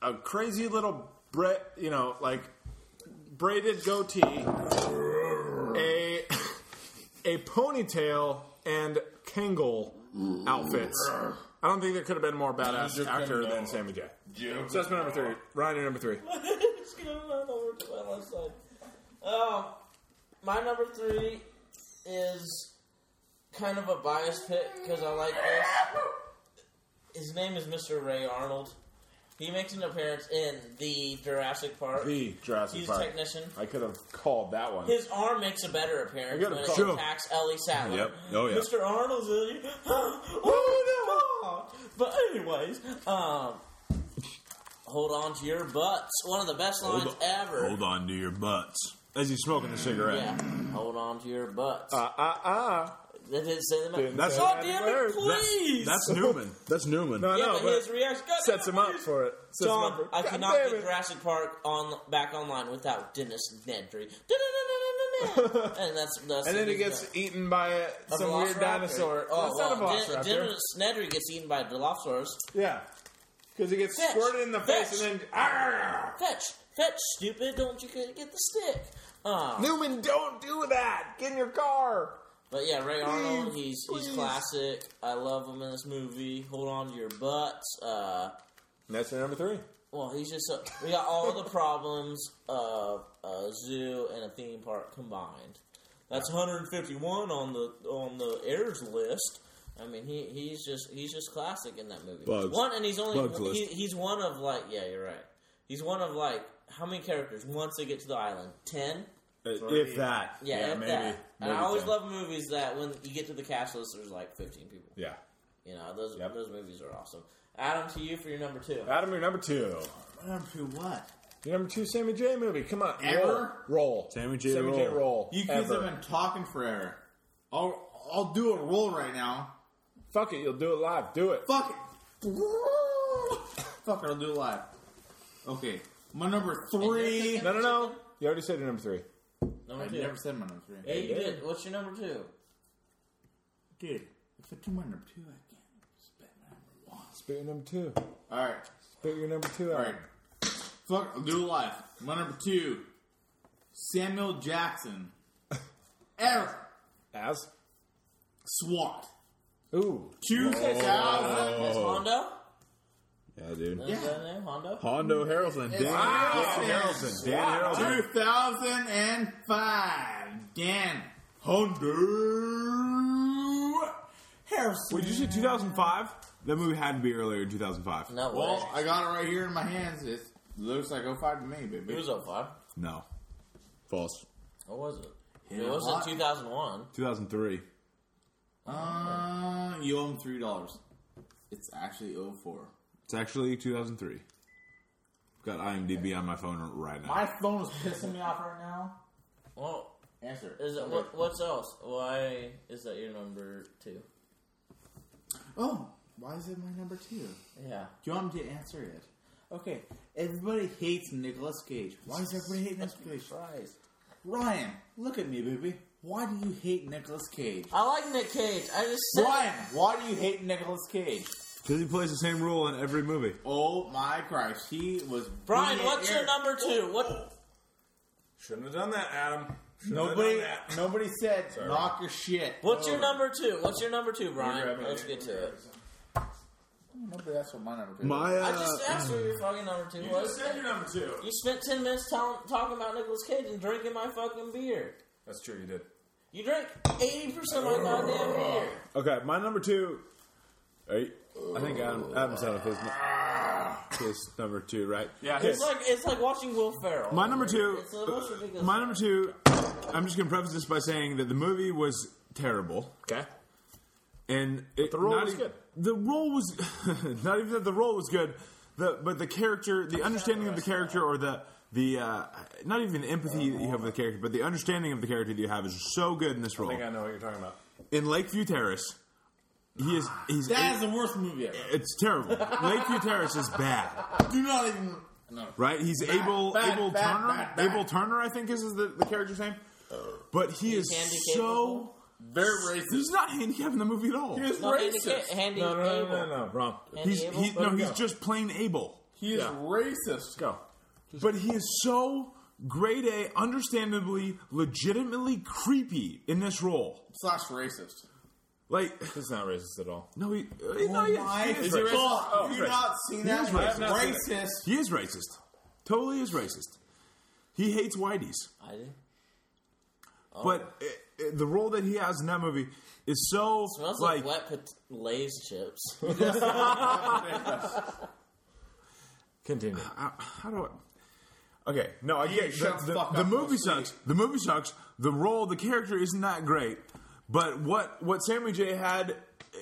Speaker 4: a, a crazy little bre- you know, like braided goatee, a a ponytail and Kangol outfits. I don't think there could have been more badass actor than Sammy J. So that's my number three. Ryan, your number three.
Speaker 2: It's going on over to my left side. Um, my number three is kind of a biased pick because I like this. His name is Mr. Ray Arnold. He makes an appearance in the Jurassic Park.
Speaker 4: The Jurassic
Speaker 2: He's a
Speaker 4: Park.
Speaker 2: technician.
Speaker 4: I could have called that one.
Speaker 2: His arm makes a better appearance
Speaker 4: gotta
Speaker 2: when
Speaker 4: call-
Speaker 2: it
Speaker 4: Sure.
Speaker 2: attacks Ellie Sattler.
Speaker 1: Yep. Oh, yeah.
Speaker 2: Mr. Arnold's in it. oh, no. But anyways, um, hold on to your butts. One of the best lines
Speaker 1: Hold on-
Speaker 2: ever.
Speaker 1: Hold on to your butts. As he's smoking a cigarette.
Speaker 2: Yeah, hold on to your butts.
Speaker 4: Ah, ah, ah.
Speaker 2: they didn't say them.
Speaker 4: Didn't
Speaker 2: That's
Speaker 4: say
Speaker 2: God
Speaker 4: that
Speaker 2: damn
Speaker 4: word.
Speaker 2: it,
Speaker 4: That-
Speaker 2: please.
Speaker 1: That's Newman. That's Newman.
Speaker 4: No,
Speaker 2: yeah,
Speaker 4: no,
Speaker 2: but,
Speaker 4: but
Speaker 2: his reaction God
Speaker 4: sets
Speaker 2: damn
Speaker 4: him up
Speaker 2: please.
Speaker 4: for it. Sets him up
Speaker 2: John,
Speaker 4: for-
Speaker 2: I
Speaker 4: God
Speaker 2: cannot
Speaker 4: damn
Speaker 2: get
Speaker 4: it.
Speaker 2: Jurassic Park on back online without Dennis Nedry. and that's that's
Speaker 4: And then he
Speaker 2: he's
Speaker 4: gets
Speaker 2: done.
Speaker 4: eaten by a,
Speaker 2: A
Speaker 4: some weird
Speaker 2: velociraptor.
Speaker 4: dinosaur.
Speaker 2: Oh,
Speaker 4: That's not a
Speaker 2: well,
Speaker 4: velociraptor.
Speaker 2: Den- Dennis Nedry gets eaten by Dilophosaurus.
Speaker 4: yeah. Because he gets
Speaker 2: Fetch.
Speaker 4: squirted in the face
Speaker 2: Fetch.
Speaker 4: and then. Argh!
Speaker 2: Fetch, fetch, stupid! Don't you get get the stick? Um,
Speaker 4: Newman, don't do that! Get in your car!
Speaker 2: But yeah, Ray Arnold, he's
Speaker 4: please.
Speaker 2: he's classic. I love him in this movie. Hold on to your butts. Uh,
Speaker 4: And that's your number three.
Speaker 2: Well, he's just a, we got all the problems of a zoo and a theme park combined. That's 151 on the on the heirs list. I mean, he, he's just he's just classic in that movie.
Speaker 1: Bugs.
Speaker 2: One, and he's only
Speaker 1: Bugs list.
Speaker 2: he, he's one of like yeah, you're right. He's one of like how many characters once they get to the island? Ten.
Speaker 1: Uh, if that.
Speaker 2: Yeah, if
Speaker 1: maybe.
Speaker 2: that. and I
Speaker 1: maybe
Speaker 2: always
Speaker 1: ten.
Speaker 2: love movies that when you get to the cast list, there's like 15 people.
Speaker 1: Yeah.
Speaker 2: You know, those
Speaker 1: Yep.
Speaker 2: those movies are awesome. Adam, to you for your number two.
Speaker 4: Adam, your number two.
Speaker 3: Number two, what?
Speaker 4: Your number two Sammy J movie. Come on.
Speaker 3: Ever?
Speaker 4: Roll. roll.
Speaker 1: Sammy J.
Speaker 4: Sammy J.
Speaker 1: Roll.
Speaker 4: Roll.
Speaker 3: You kids
Speaker 4: Ever.
Speaker 3: have been talking forever. I'll I'll do a roll right now.
Speaker 4: Fuck it. You'll do it live. Do it.
Speaker 3: Fuck it. Fuck it. I'll do it live. Okay, my number three.
Speaker 4: No, no, no. You already said your number three.
Speaker 2: Number
Speaker 3: I
Speaker 2: two.
Speaker 3: never said my number three.
Speaker 2: yeah, you did. What's your number two?
Speaker 3: Dude, if I do my number two, I can't spend my number one.
Speaker 4: Spit your number two.
Speaker 3: All right,
Speaker 4: Spit your number two out.
Speaker 3: all right. Fuck, I'll do it live. My number two, Samuel Jackson, Eric
Speaker 4: As?
Speaker 3: SWAT,
Speaker 4: Ooh.
Speaker 3: two thousand.
Speaker 2: That's Hondo?
Speaker 1: Yeah, dude.
Speaker 2: Is that his name? Hondo?
Speaker 1: Hondo Harrelson. Dan, Dan Harrelson. Dan Harrelson.
Speaker 3: 2005. Dan Hunter Harrison.
Speaker 1: Wait, did you say 2005? That movie had to be earlier in 2005.
Speaker 2: No way.
Speaker 3: Well, I got it right here in my hands. It looks like 05 to me,
Speaker 2: it
Speaker 3: baby.
Speaker 2: was 05.
Speaker 1: No. False.
Speaker 2: What was it?
Speaker 3: Yeah,
Speaker 2: it
Speaker 3: what?
Speaker 2: wasn't 2001.
Speaker 1: 2003.
Speaker 3: Uh, you owe him three dollars. It's actually 04.
Speaker 1: It's actually 2003. Got IMDb on my phone right now.
Speaker 3: My phone is pissing me off right now.
Speaker 2: Well,
Speaker 3: Answer.
Speaker 2: is it what, what's else? Why is that your number two?
Speaker 3: Oh, why is it my number two?
Speaker 2: Yeah.
Speaker 3: Do you want me to answer it? Okay, everybody hates Nicolas Cage. Why does everybody hate Nicolas Cage?
Speaker 2: Christ.
Speaker 3: Ryan, look at me, baby. Why do you hate Nicolas Cage?
Speaker 2: I like Nick Cage. I just said
Speaker 3: Ryan, why do you hate Nicolas Cage?
Speaker 1: Because he plays the same role in every movie.
Speaker 3: Oh my Christ, he was.
Speaker 2: Brian,
Speaker 3: being
Speaker 2: what's your
Speaker 3: aired.
Speaker 2: number two? What?
Speaker 4: Shouldn't have done that, Adam. Shouldn't have
Speaker 3: Nobody,
Speaker 4: done that.
Speaker 3: nobody said knock your shit. Oh,
Speaker 2: What's your number two? What's your number two, Brian?
Speaker 4: grabbing
Speaker 2: Let's
Speaker 4: it.
Speaker 2: get to it.
Speaker 3: Nobody. That's what my number.
Speaker 1: My,
Speaker 2: I
Speaker 1: uh,
Speaker 2: just asked what your fucking number two
Speaker 4: You just
Speaker 2: was.
Speaker 4: said your number two.
Speaker 2: You spent ten minutes tell- talking about Nicolas Cage and drinking my fucking beer.
Speaker 4: That's true, you did.
Speaker 2: You drink eighty percent of my goddamn beer.
Speaker 1: okay, my number two. Hey, I think Adam, Adam said it, his, nu- his number two, right?
Speaker 4: Yeah,
Speaker 2: It's like it's like watching Will Ferrell.
Speaker 1: My number two.
Speaker 2: It's the most ridiculous.
Speaker 1: My number two. I'm just going to preface this by saying that the movie was terrible.
Speaker 4: Okay.
Speaker 1: and it,
Speaker 4: the role
Speaker 1: not
Speaker 4: was
Speaker 1: e-
Speaker 4: good.
Speaker 1: The role was not even that the role was good, the, but the character, the understanding of the character, or the the uh, not even the empathy that you have with the character, but the understanding of the character that you have is so good in this
Speaker 4: I
Speaker 1: role.
Speaker 4: think I know what you're talking about.
Speaker 1: In Lakeview Terrace, he is he's
Speaker 3: That is the worst movie ever.
Speaker 1: it's terrible. Lakeview Terrace is bad,
Speaker 3: Do not even. No.
Speaker 1: right? He's Abel
Speaker 3: bad,
Speaker 1: Abel
Speaker 3: bad,
Speaker 1: Turner.
Speaker 3: bad, bad.
Speaker 1: Abel Turner, I think, is the, the character's name. But he is
Speaker 2: handy
Speaker 1: so
Speaker 2: capable?
Speaker 3: Very racist.
Speaker 1: he's not handicapped in the movie at all.
Speaker 2: no, handy, ca- handy
Speaker 4: No, no, no,
Speaker 2: able.
Speaker 4: no, no, no. Wrong.
Speaker 2: Handy
Speaker 1: He's
Speaker 2: able.
Speaker 1: he, no, he's just plain Abel.
Speaker 3: He is racist.
Speaker 4: Go.
Speaker 1: But he is so grade A, understandably, legitimately creepy in this role.
Speaker 3: Slash racist.
Speaker 1: Like,
Speaker 4: It's not racist at all.
Speaker 1: no, he, uh, no, he,
Speaker 3: my
Speaker 1: is, he, is
Speaker 3: God.
Speaker 1: racist.
Speaker 4: Oh,
Speaker 3: you
Speaker 4: racist.
Speaker 3: not seen that?
Speaker 1: is racist. I've
Speaker 3: That's
Speaker 1: not
Speaker 4: seen
Speaker 3: racist.
Speaker 1: he is racist. Totally is racist. He hates whiteys.
Speaker 2: I did.
Speaker 1: But uh, uh, the role that he has in that movie is so
Speaker 2: Smells like,
Speaker 1: like
Speaker 2: wet pot- Lay's chips.
Speaker 4: Continue.
Speaker 1: I- how do I? Okay, no, I get the,
Speaker 3: shut the
Speaker 1: the,
Speaker 3: fuck
Speaker 1: the
Speaker 3: up,
Speaker 1: movie
Speaker 3: Bruce Lee.
Speaker 1: sucks. The movie sucks. The role, the character isn't that great. But what what Sammy J had, eh,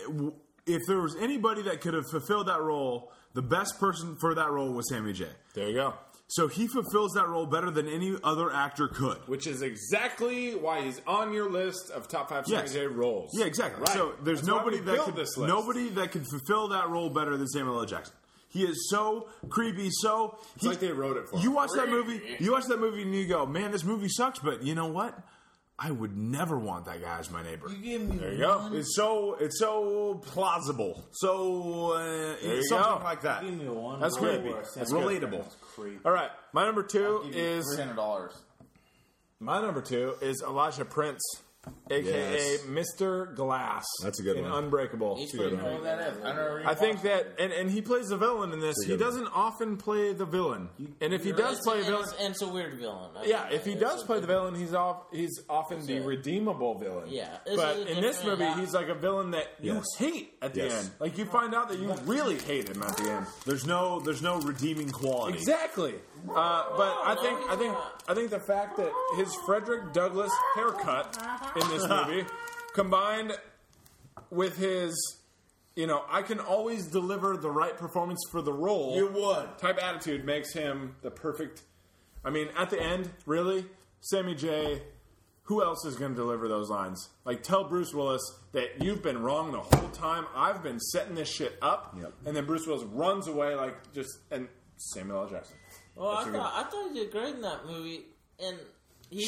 Speaker 1: w- if there was anybody that could have fulfilled that role, the best person for that role was Sammy J.
Speaker 4: There you go.
Speaker 1: So he fulfills that role better than any other actor could.
Speaker 4: Which is exactly why he's on your list of top five
Speaker 1: Yes.
Speaker 4: Sammy J roles.
Speaker 1: Yeah, exactly.
Speaker 4: Right.
Speaker 1: So there's
Speaker 4: That's why
Speaker 1: nobody
Speaker 4: we
Speaker 1: that
Speaker 4: built
Speaker 1: could,
Speaker 4: this list.
Speaker 1: nobody that could fulfill that role better than Samuel L. Jackson. He is so creepy. So it's
Speaker 4: like they wrote it for
Speaker 1: you.
Speaker 4: him.
Speaker 1: Watch that movie. You watch that movie and you go, "Man, this movie sucks." But you know what? I would never want that guy as my neighbor.
Speaker 3: You give me
Speaker 4: There you go.
Speaker 1: It's so it's so plausible. So uh,
Speaker 4: you
Speaker 1: something
Speaker 4: go.
Speaker 1: like that.
Speaker 3: Give me one.
Speaker 4: That's
Speaker 3: roll
Speaker 4: creepy.
Speaker 3: where I said
Speaker 4: That's
Speaker 3: that
Speaker 1: relatable.
Speaker 3: was creepy.
Speaker 4: All right. My number two
Speaker 3: Give you
Speaker 4: is
Speaker 3: $300.
Speaker 4: my number two is Elijah Prince. aka
Speaker 7: Yes.
Speaker 4: Mr. Glass.
Speaker 7: That's a good
Speaker 4: in
Speaker 7: one.
Speaker 4: Unbreakable.
Speaker 2: He's pretty cool. That is. I don't
Speaker 4: I think that, and, and he plays the villain in this.
Speaker 7: It's a
Speaker 4: He
Speaker 7: good one.
Speaker 4: doesn't often play the villain, and if he does play a
Speaker 2: and
Speaker 4: villain,
Speaker 2: it's, and it's a weird villain. I
Speaker 4: yeah,
Speaker 2: mean,
Speaker 4: if he
Speaker 2: it's
Speaker 4: does
Speaker 2: a-
Speaker 4: play the villain, he's off. He's often the
Speaker 2: a-
Speaker 4: redeemable villain.
Speaker 2: Yeah. It's
Speaker 4: but
Speaker 2: a
Speaker 4: in this
Speaker 2: different
Speaker 4: movie,
Speaker 2: lot.
Speaker 4: he's like a villain that you
Speaker 7: Yes.
Speaker 4: hate at the
Speaker 7: Yes.
Speaker 4: end. Like you find out that you really hate him at the end.
Speaker 1: There's no there's no redeeming quality.
Speaker 4: Exactly. Uh, but I
Speaker 2: no,
Speaker 4: think I
Speaker 2: he's
Speaker 4: think
Speaker 2: not.
Speaker 4: I think the fact that his Frederick Douglass haircut in this movie combined with his you know, I can always deliver the right performance for the role.
Speaker 3: You would.
Speaker 4: Type attitude makes him the perfect I mean, at the end, really, Sammy J who else is going to deliver those lines? Like, tell Bruce Willis that you've been wrong the whole time. I've been setting this shit up.
Speaker 7: Yep.
Speaker 4: And then Bruce Willis runs away, like, just, and Samuel L. Jackson.
Speaker 2: Well, I
Speaker 4: That's a good-
Speaker 2: thought, I thought he did great in that movie, and he.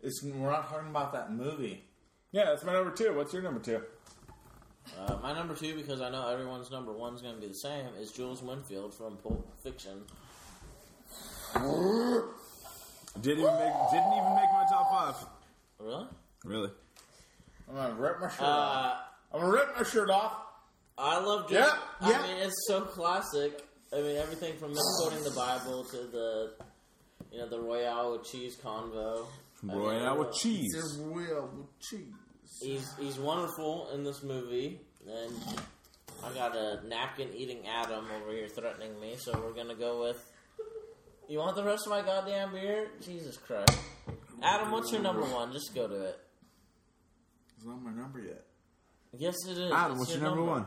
Speaker 3: It's, we're not talking about that movie.
Speaker 4: Yeah, that's my number two. What's your number two?
Speaker 2: Uh, my number two, because I know everyone's number one's going to be the same, is Jules Winfield from Pulp Fiction.
Speaker 1: Didn't even make didn't even make my top five.
Speaker 2: Really?
Speaker 1: Really?
Speaker 3: I'm gonna rip my shirt
Speaker 2: Uh,
Speaker 3: off. I'm gonna rip my shirt off.
Speaker 2: I love Jules.
Speaker 3: Yeah, yeah.
Speaker 2: I mean, it's so classic. I mean, everything from misquoting the Bible to the, you know, the Royale with cheese convo. I mean, uh,
Speaker 1: Royale with cheese.
Speaker 3: real cheese.
Speaker 2: He's he's wonderful in this movie, and I got a napkin eating Adam over here threatening me. So we're gonna go with. You want the rest of my goddamn beer? Jesus Christ, Adam, what's your number one? Just go to it.
Speaker 3: It's not my number yet.
Speaker 2: Yes, it is.
Speaker 1: Adam,
Speaker 2: It's
Speaker 1: what's your number one?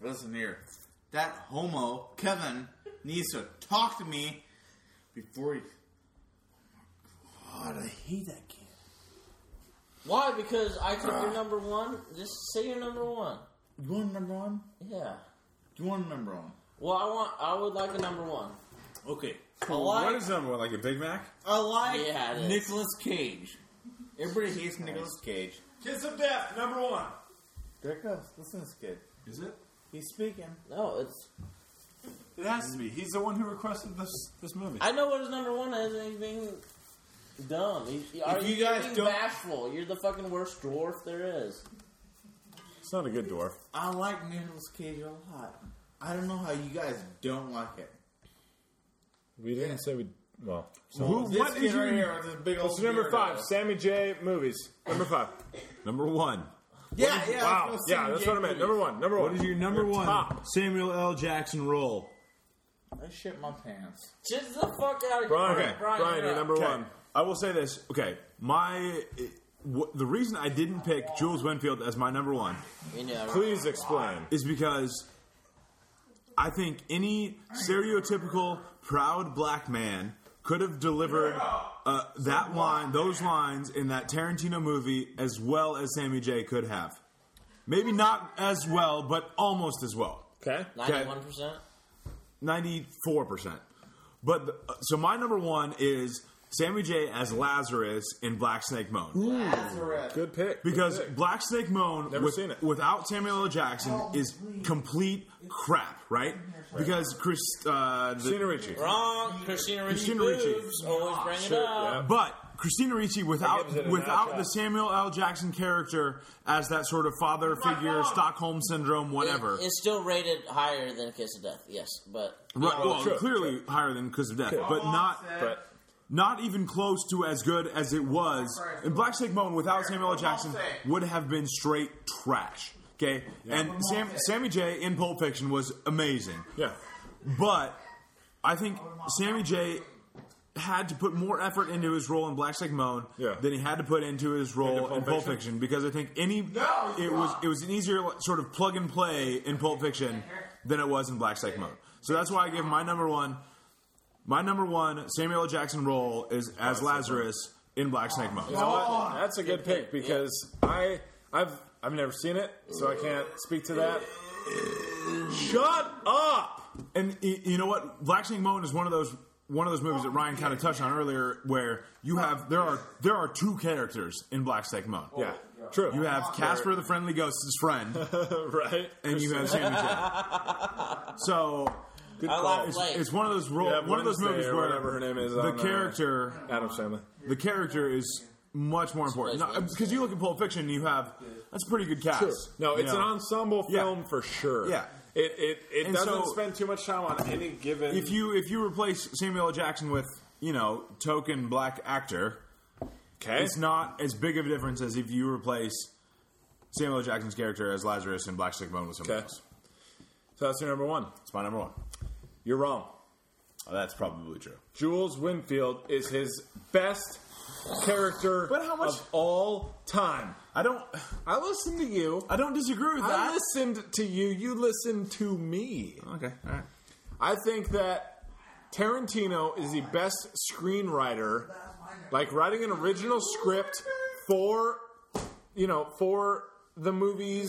Speaker 3: Listen here. That homo, Kevin, needs to talk to me before he. Oh God, I hate that kid.
Speaker 2: Why? Because I took your number one. Just say your number one.
Speaker 3: You want a number one?
Speaker 2: Yeah.
Speaker 3: Do you want a number one?
Speaker 2: Well, I want. I would like a number one.
Speaker 3: Okay.
Speaker 2: I like-
Speaker 7: What is number one? Like a Big Mac?
Speaker 3: I like
Speaker 2: Yeah, it is.
Speaker 3: Nicolas Cage. Everybody hates Nicolas Cage.
Speaker 4: Kiss of Death, number one.
Speaker 3: There it goes. Listen to this kid.
Speaker 1: Is it?
Speaker 3: He's speaking.
Speaker 2: No, it's.
Speaker 1: It has to be. He's the one who requested this this movie.
Speaker 2: I know what his number one is, and he's being dumb. He's, are
Speaker 3: you
Speaker 2: you,
Speaker 3: guys
Speaker 2: being
Speaker 3: don't-
Speaker 2: bashful. You're the fucking worst dwarf there is.
Speaker 4: It's not a good dwarf.
Speaker 3: I like Nicolas Cage a lot. I don't know how you guys don't like it.
Speaker 4: We didn't say we. Well,
Speaker 1: who,
Speaker 3: This
Speaker 1: what
Speaker 3: kid
Speaker 1: is
Speaker 3: right
Speaker 1: your
Speaker 3: here with his big old
Speaker 4: what's number
Speaker 3: beard
Speaker 4: five?
Speaker 3: on.
Speaker 4: Sammy J. Movies. Number five.
Speaker 1: number one?
Speaker 3: Yeah, yeah.
Speaker 4: wow.
Speaker 3: let's go
Speaker 4: Yeah,
Speaker 3: Sammy
Speaker 4: that's
Speaker 3: J.
Speaker 4: what I meant. Number one. Number one.
Speaker 1: What is your number one
Speaker 4: top.
Speaker 1: Samuel L. Jackson role?
Speaker 3: I shit my pants.
Speaker 2: Get the fuck out of here,
Speaker 4: Brian,
Speaker 2: Brian.
Speaker 4: Brian,
Speaker 2: you're
Speaker 4: your
Speaker 2: up.
Speaker 4: number
Speaker 1: Okay.
Speaker 4: one.
Speaker 1: I will say this. Okay, my it, w- the reason I didn't pick Jules Winfield as my number one
Speaker 2: You know,
Speaker 4: Please explain.
Speaker 1: is because I think any stereotypical proud black man could have delivered uh, that line, those lines in that Tarantino movie as well as Sammy J could have. Maybe not as well, but almost as well.
Speaker 4: Okay.
Speaker 2: ninety-one percent.
Speaker 1: 94%. But the, uh, so my number one is Sammy J as Lazarus in Black Snake Moan.
Speaker 4: Good pick.
Speaker 1: Because
Speaker 4: Good pick.
Speaker 1: Black Snake Moan
Speaker 4: Never
Speaker 1: with-
Speaker 4: seen it. Oh,
Speaker 1: without Samuel L. Jackson is complete crap, right? Because Chris, uh, the-
Speaker 4: Christina Ricci. Ah,
Speaker 2: Wrong. Christina Ricci.
Speaker 1: Christina
Speaker 2: boobs.
Speaker 1: Ricci.
Speaker 2: Always bring it up.
Speaker 4: Yeah.
Speaker 1: But Christina Ricci
Speaker 4: gives it
Speaker 1: without
Speaker 4: an
Speaker 1: without the
Speaker 4: outside.
Speaker 1: Samuel L. Jackson character as that sort of father figure, Stockholm syndrome, whatever.
Speaker 2: It- it's still rated higher than Kiss of Death. Yes, but
Speaker 1: Right,
Speaker 4: Oh,
Speaker 1: well,
Speaker 4: sure,
Speaker 1: clearly higher than because of death, but not
Speaker 3: Uh,
Speaker 4: But
Speaker 1: not even close to as good as it was. And Black Snake Moan without Samuel L. Jackson would have been straight trash. Okay, and Sam, Sammy J in Pulp Fiction was amazing.
Speaker 4: yeah.
Speaker 1: But I think Sammy J had to put more effort into his role in Black Snake Moan
Speaker 4: Yeah.
Speaker 1: than he had to put into his
Speaker 4: Into
Speaker 1: role
Speaker 4: Pulp
Speaker 1: in Pulp
Speaker 4: Fiction?
Speaker 1: Fiction. because I think any it was it was an easier like, sort of plug and play in Pulp Fiction than it was in Black Snake Moan. So that's why I give my number one my number one Samuel L. Jackson role is as Lazarus in Black Snake Moan.
Speaker 4: You know
Speaker 3: Oh.
Speaker 4: what? That's a good pick because I I've I've never seen it, so I can't speak to that. Shut up.
Speaker 1: And y- you know what? Black Snake Moan is one of those one of those movies that Ryan kind of touched on earlier, where you have there are there are two characters in Black Snake Moan.
Speaker 4: Yeah. True.
Speaker 1: You have Casper the Friendly Ghost's friend,
Speaker 4: right.
Speaker 1: and you have Sammy J. So
Speaker 4: Good
Speaker 2: I
Speaker 4: call.
Speaker 2: like
Speaker 1: it's,
Speaker 2: Blake.
Speaker 1: it's one of those role,
Speaker 4: Yeah,
Speaker 1: one of those
Speaker 4: Wednesday
Speaker 1: movies
Speaker 4: or
Speaker 1: where
Speaker 4: whatever her name is
Speaker 1: the
Speaker 4: on, uh,
Speaker 1: character
Speaker 4: Adam Sandler.
Speaker 1: the character is much more important.
Speaker 2: plays Wednesday.
Speaker 1: Because you look at Pulp Fiction, you have that's a pretty good cast.
Speaker 4: No, it's
Speaker 1: You
Speaker 4: an
Speaker 1: know?
Speaker 4: ensemble
Speaker 1: Yeah.
Speaker 4: film for sure.
Speaker 1: Yeah.
Speaker 4: It it, it
Speaker 1: And
Speaker 4: doesn't
Speaker 1: so-
Speaker 4: spend too much time on any given.
Speaker 1: If you if you replace Samuel L. Jackson with you know token black actor,
Speaker 4: okay.
Speaker 1: it's not as big of a difference as if you replace Samuel L. Jackson's character as Lazarus in Black Stick Bone with someone
Speaker 4: Okay.
Speaker 1: else.
Speaker 4: So that's your number one.
Speaker 1: It's my number one.
Speaker 4: You're wrong.
Speaker 1: Oh, that's probably true.
Speaker 4: Jules Winfield is his best character
Speaker 1: But how much-
Speaker 4: of all time.
Speaker 1: I don't
Speaker 4: I listened to you.
Speaker 1: I Oh, don't disagree with
Speaker 4: I
Speaker 1: that.
Speaker 4: listened to you. You listened to me.
Speaker 1: okay, all right.
Speaker 4: I think that Tarantino is the best screenwriter, like writing an original script for, you know, for the movies.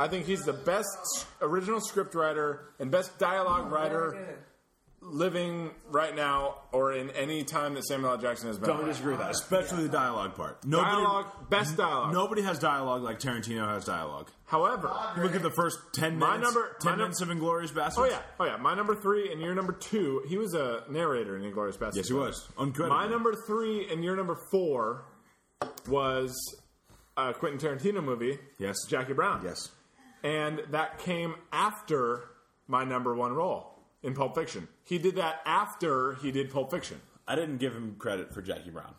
Speaker 4: I think he's the best s- original script writer and best dialogue writer living right now or in any time that Samuel L. Jackson has been.
Speaker 1: Don't
Speaker 4: alive.
Speaker 1: disagree with that, especially the dialogue part. Nobody,
Speaker 4: Dialogue, best dialogue.
Speaker 1: Nobody has dialogue like Tarantino has dialogue.
Speaker 4: However,
Speaker 1: You look at the first ten
Speaker 4: My
Speaker 1: minutes.
Speaker 4: number-
Speaker 1: ten
Speaker 4: my num-
Speaker 1: minutes of Inglorious Bastards.
Speaker 4: Oh yeah, oh yeah. My number three and your number two. He was a narrator in Inglorious Bastards.
Speaker 1: Yes, he was. Incredible.
Speaker 4: My number three and your number four was a Quentin Tarantino movie.
Speaker 1: Yes.
Speaker 4: Jackie Brown.
Speaker 1: Yes.
Speaker 4: and that came after my number one role in Pulp Fiction. He did that after he did Pulp Fiction.
Speaker 1: I didn't give him credit for Jackie Brown.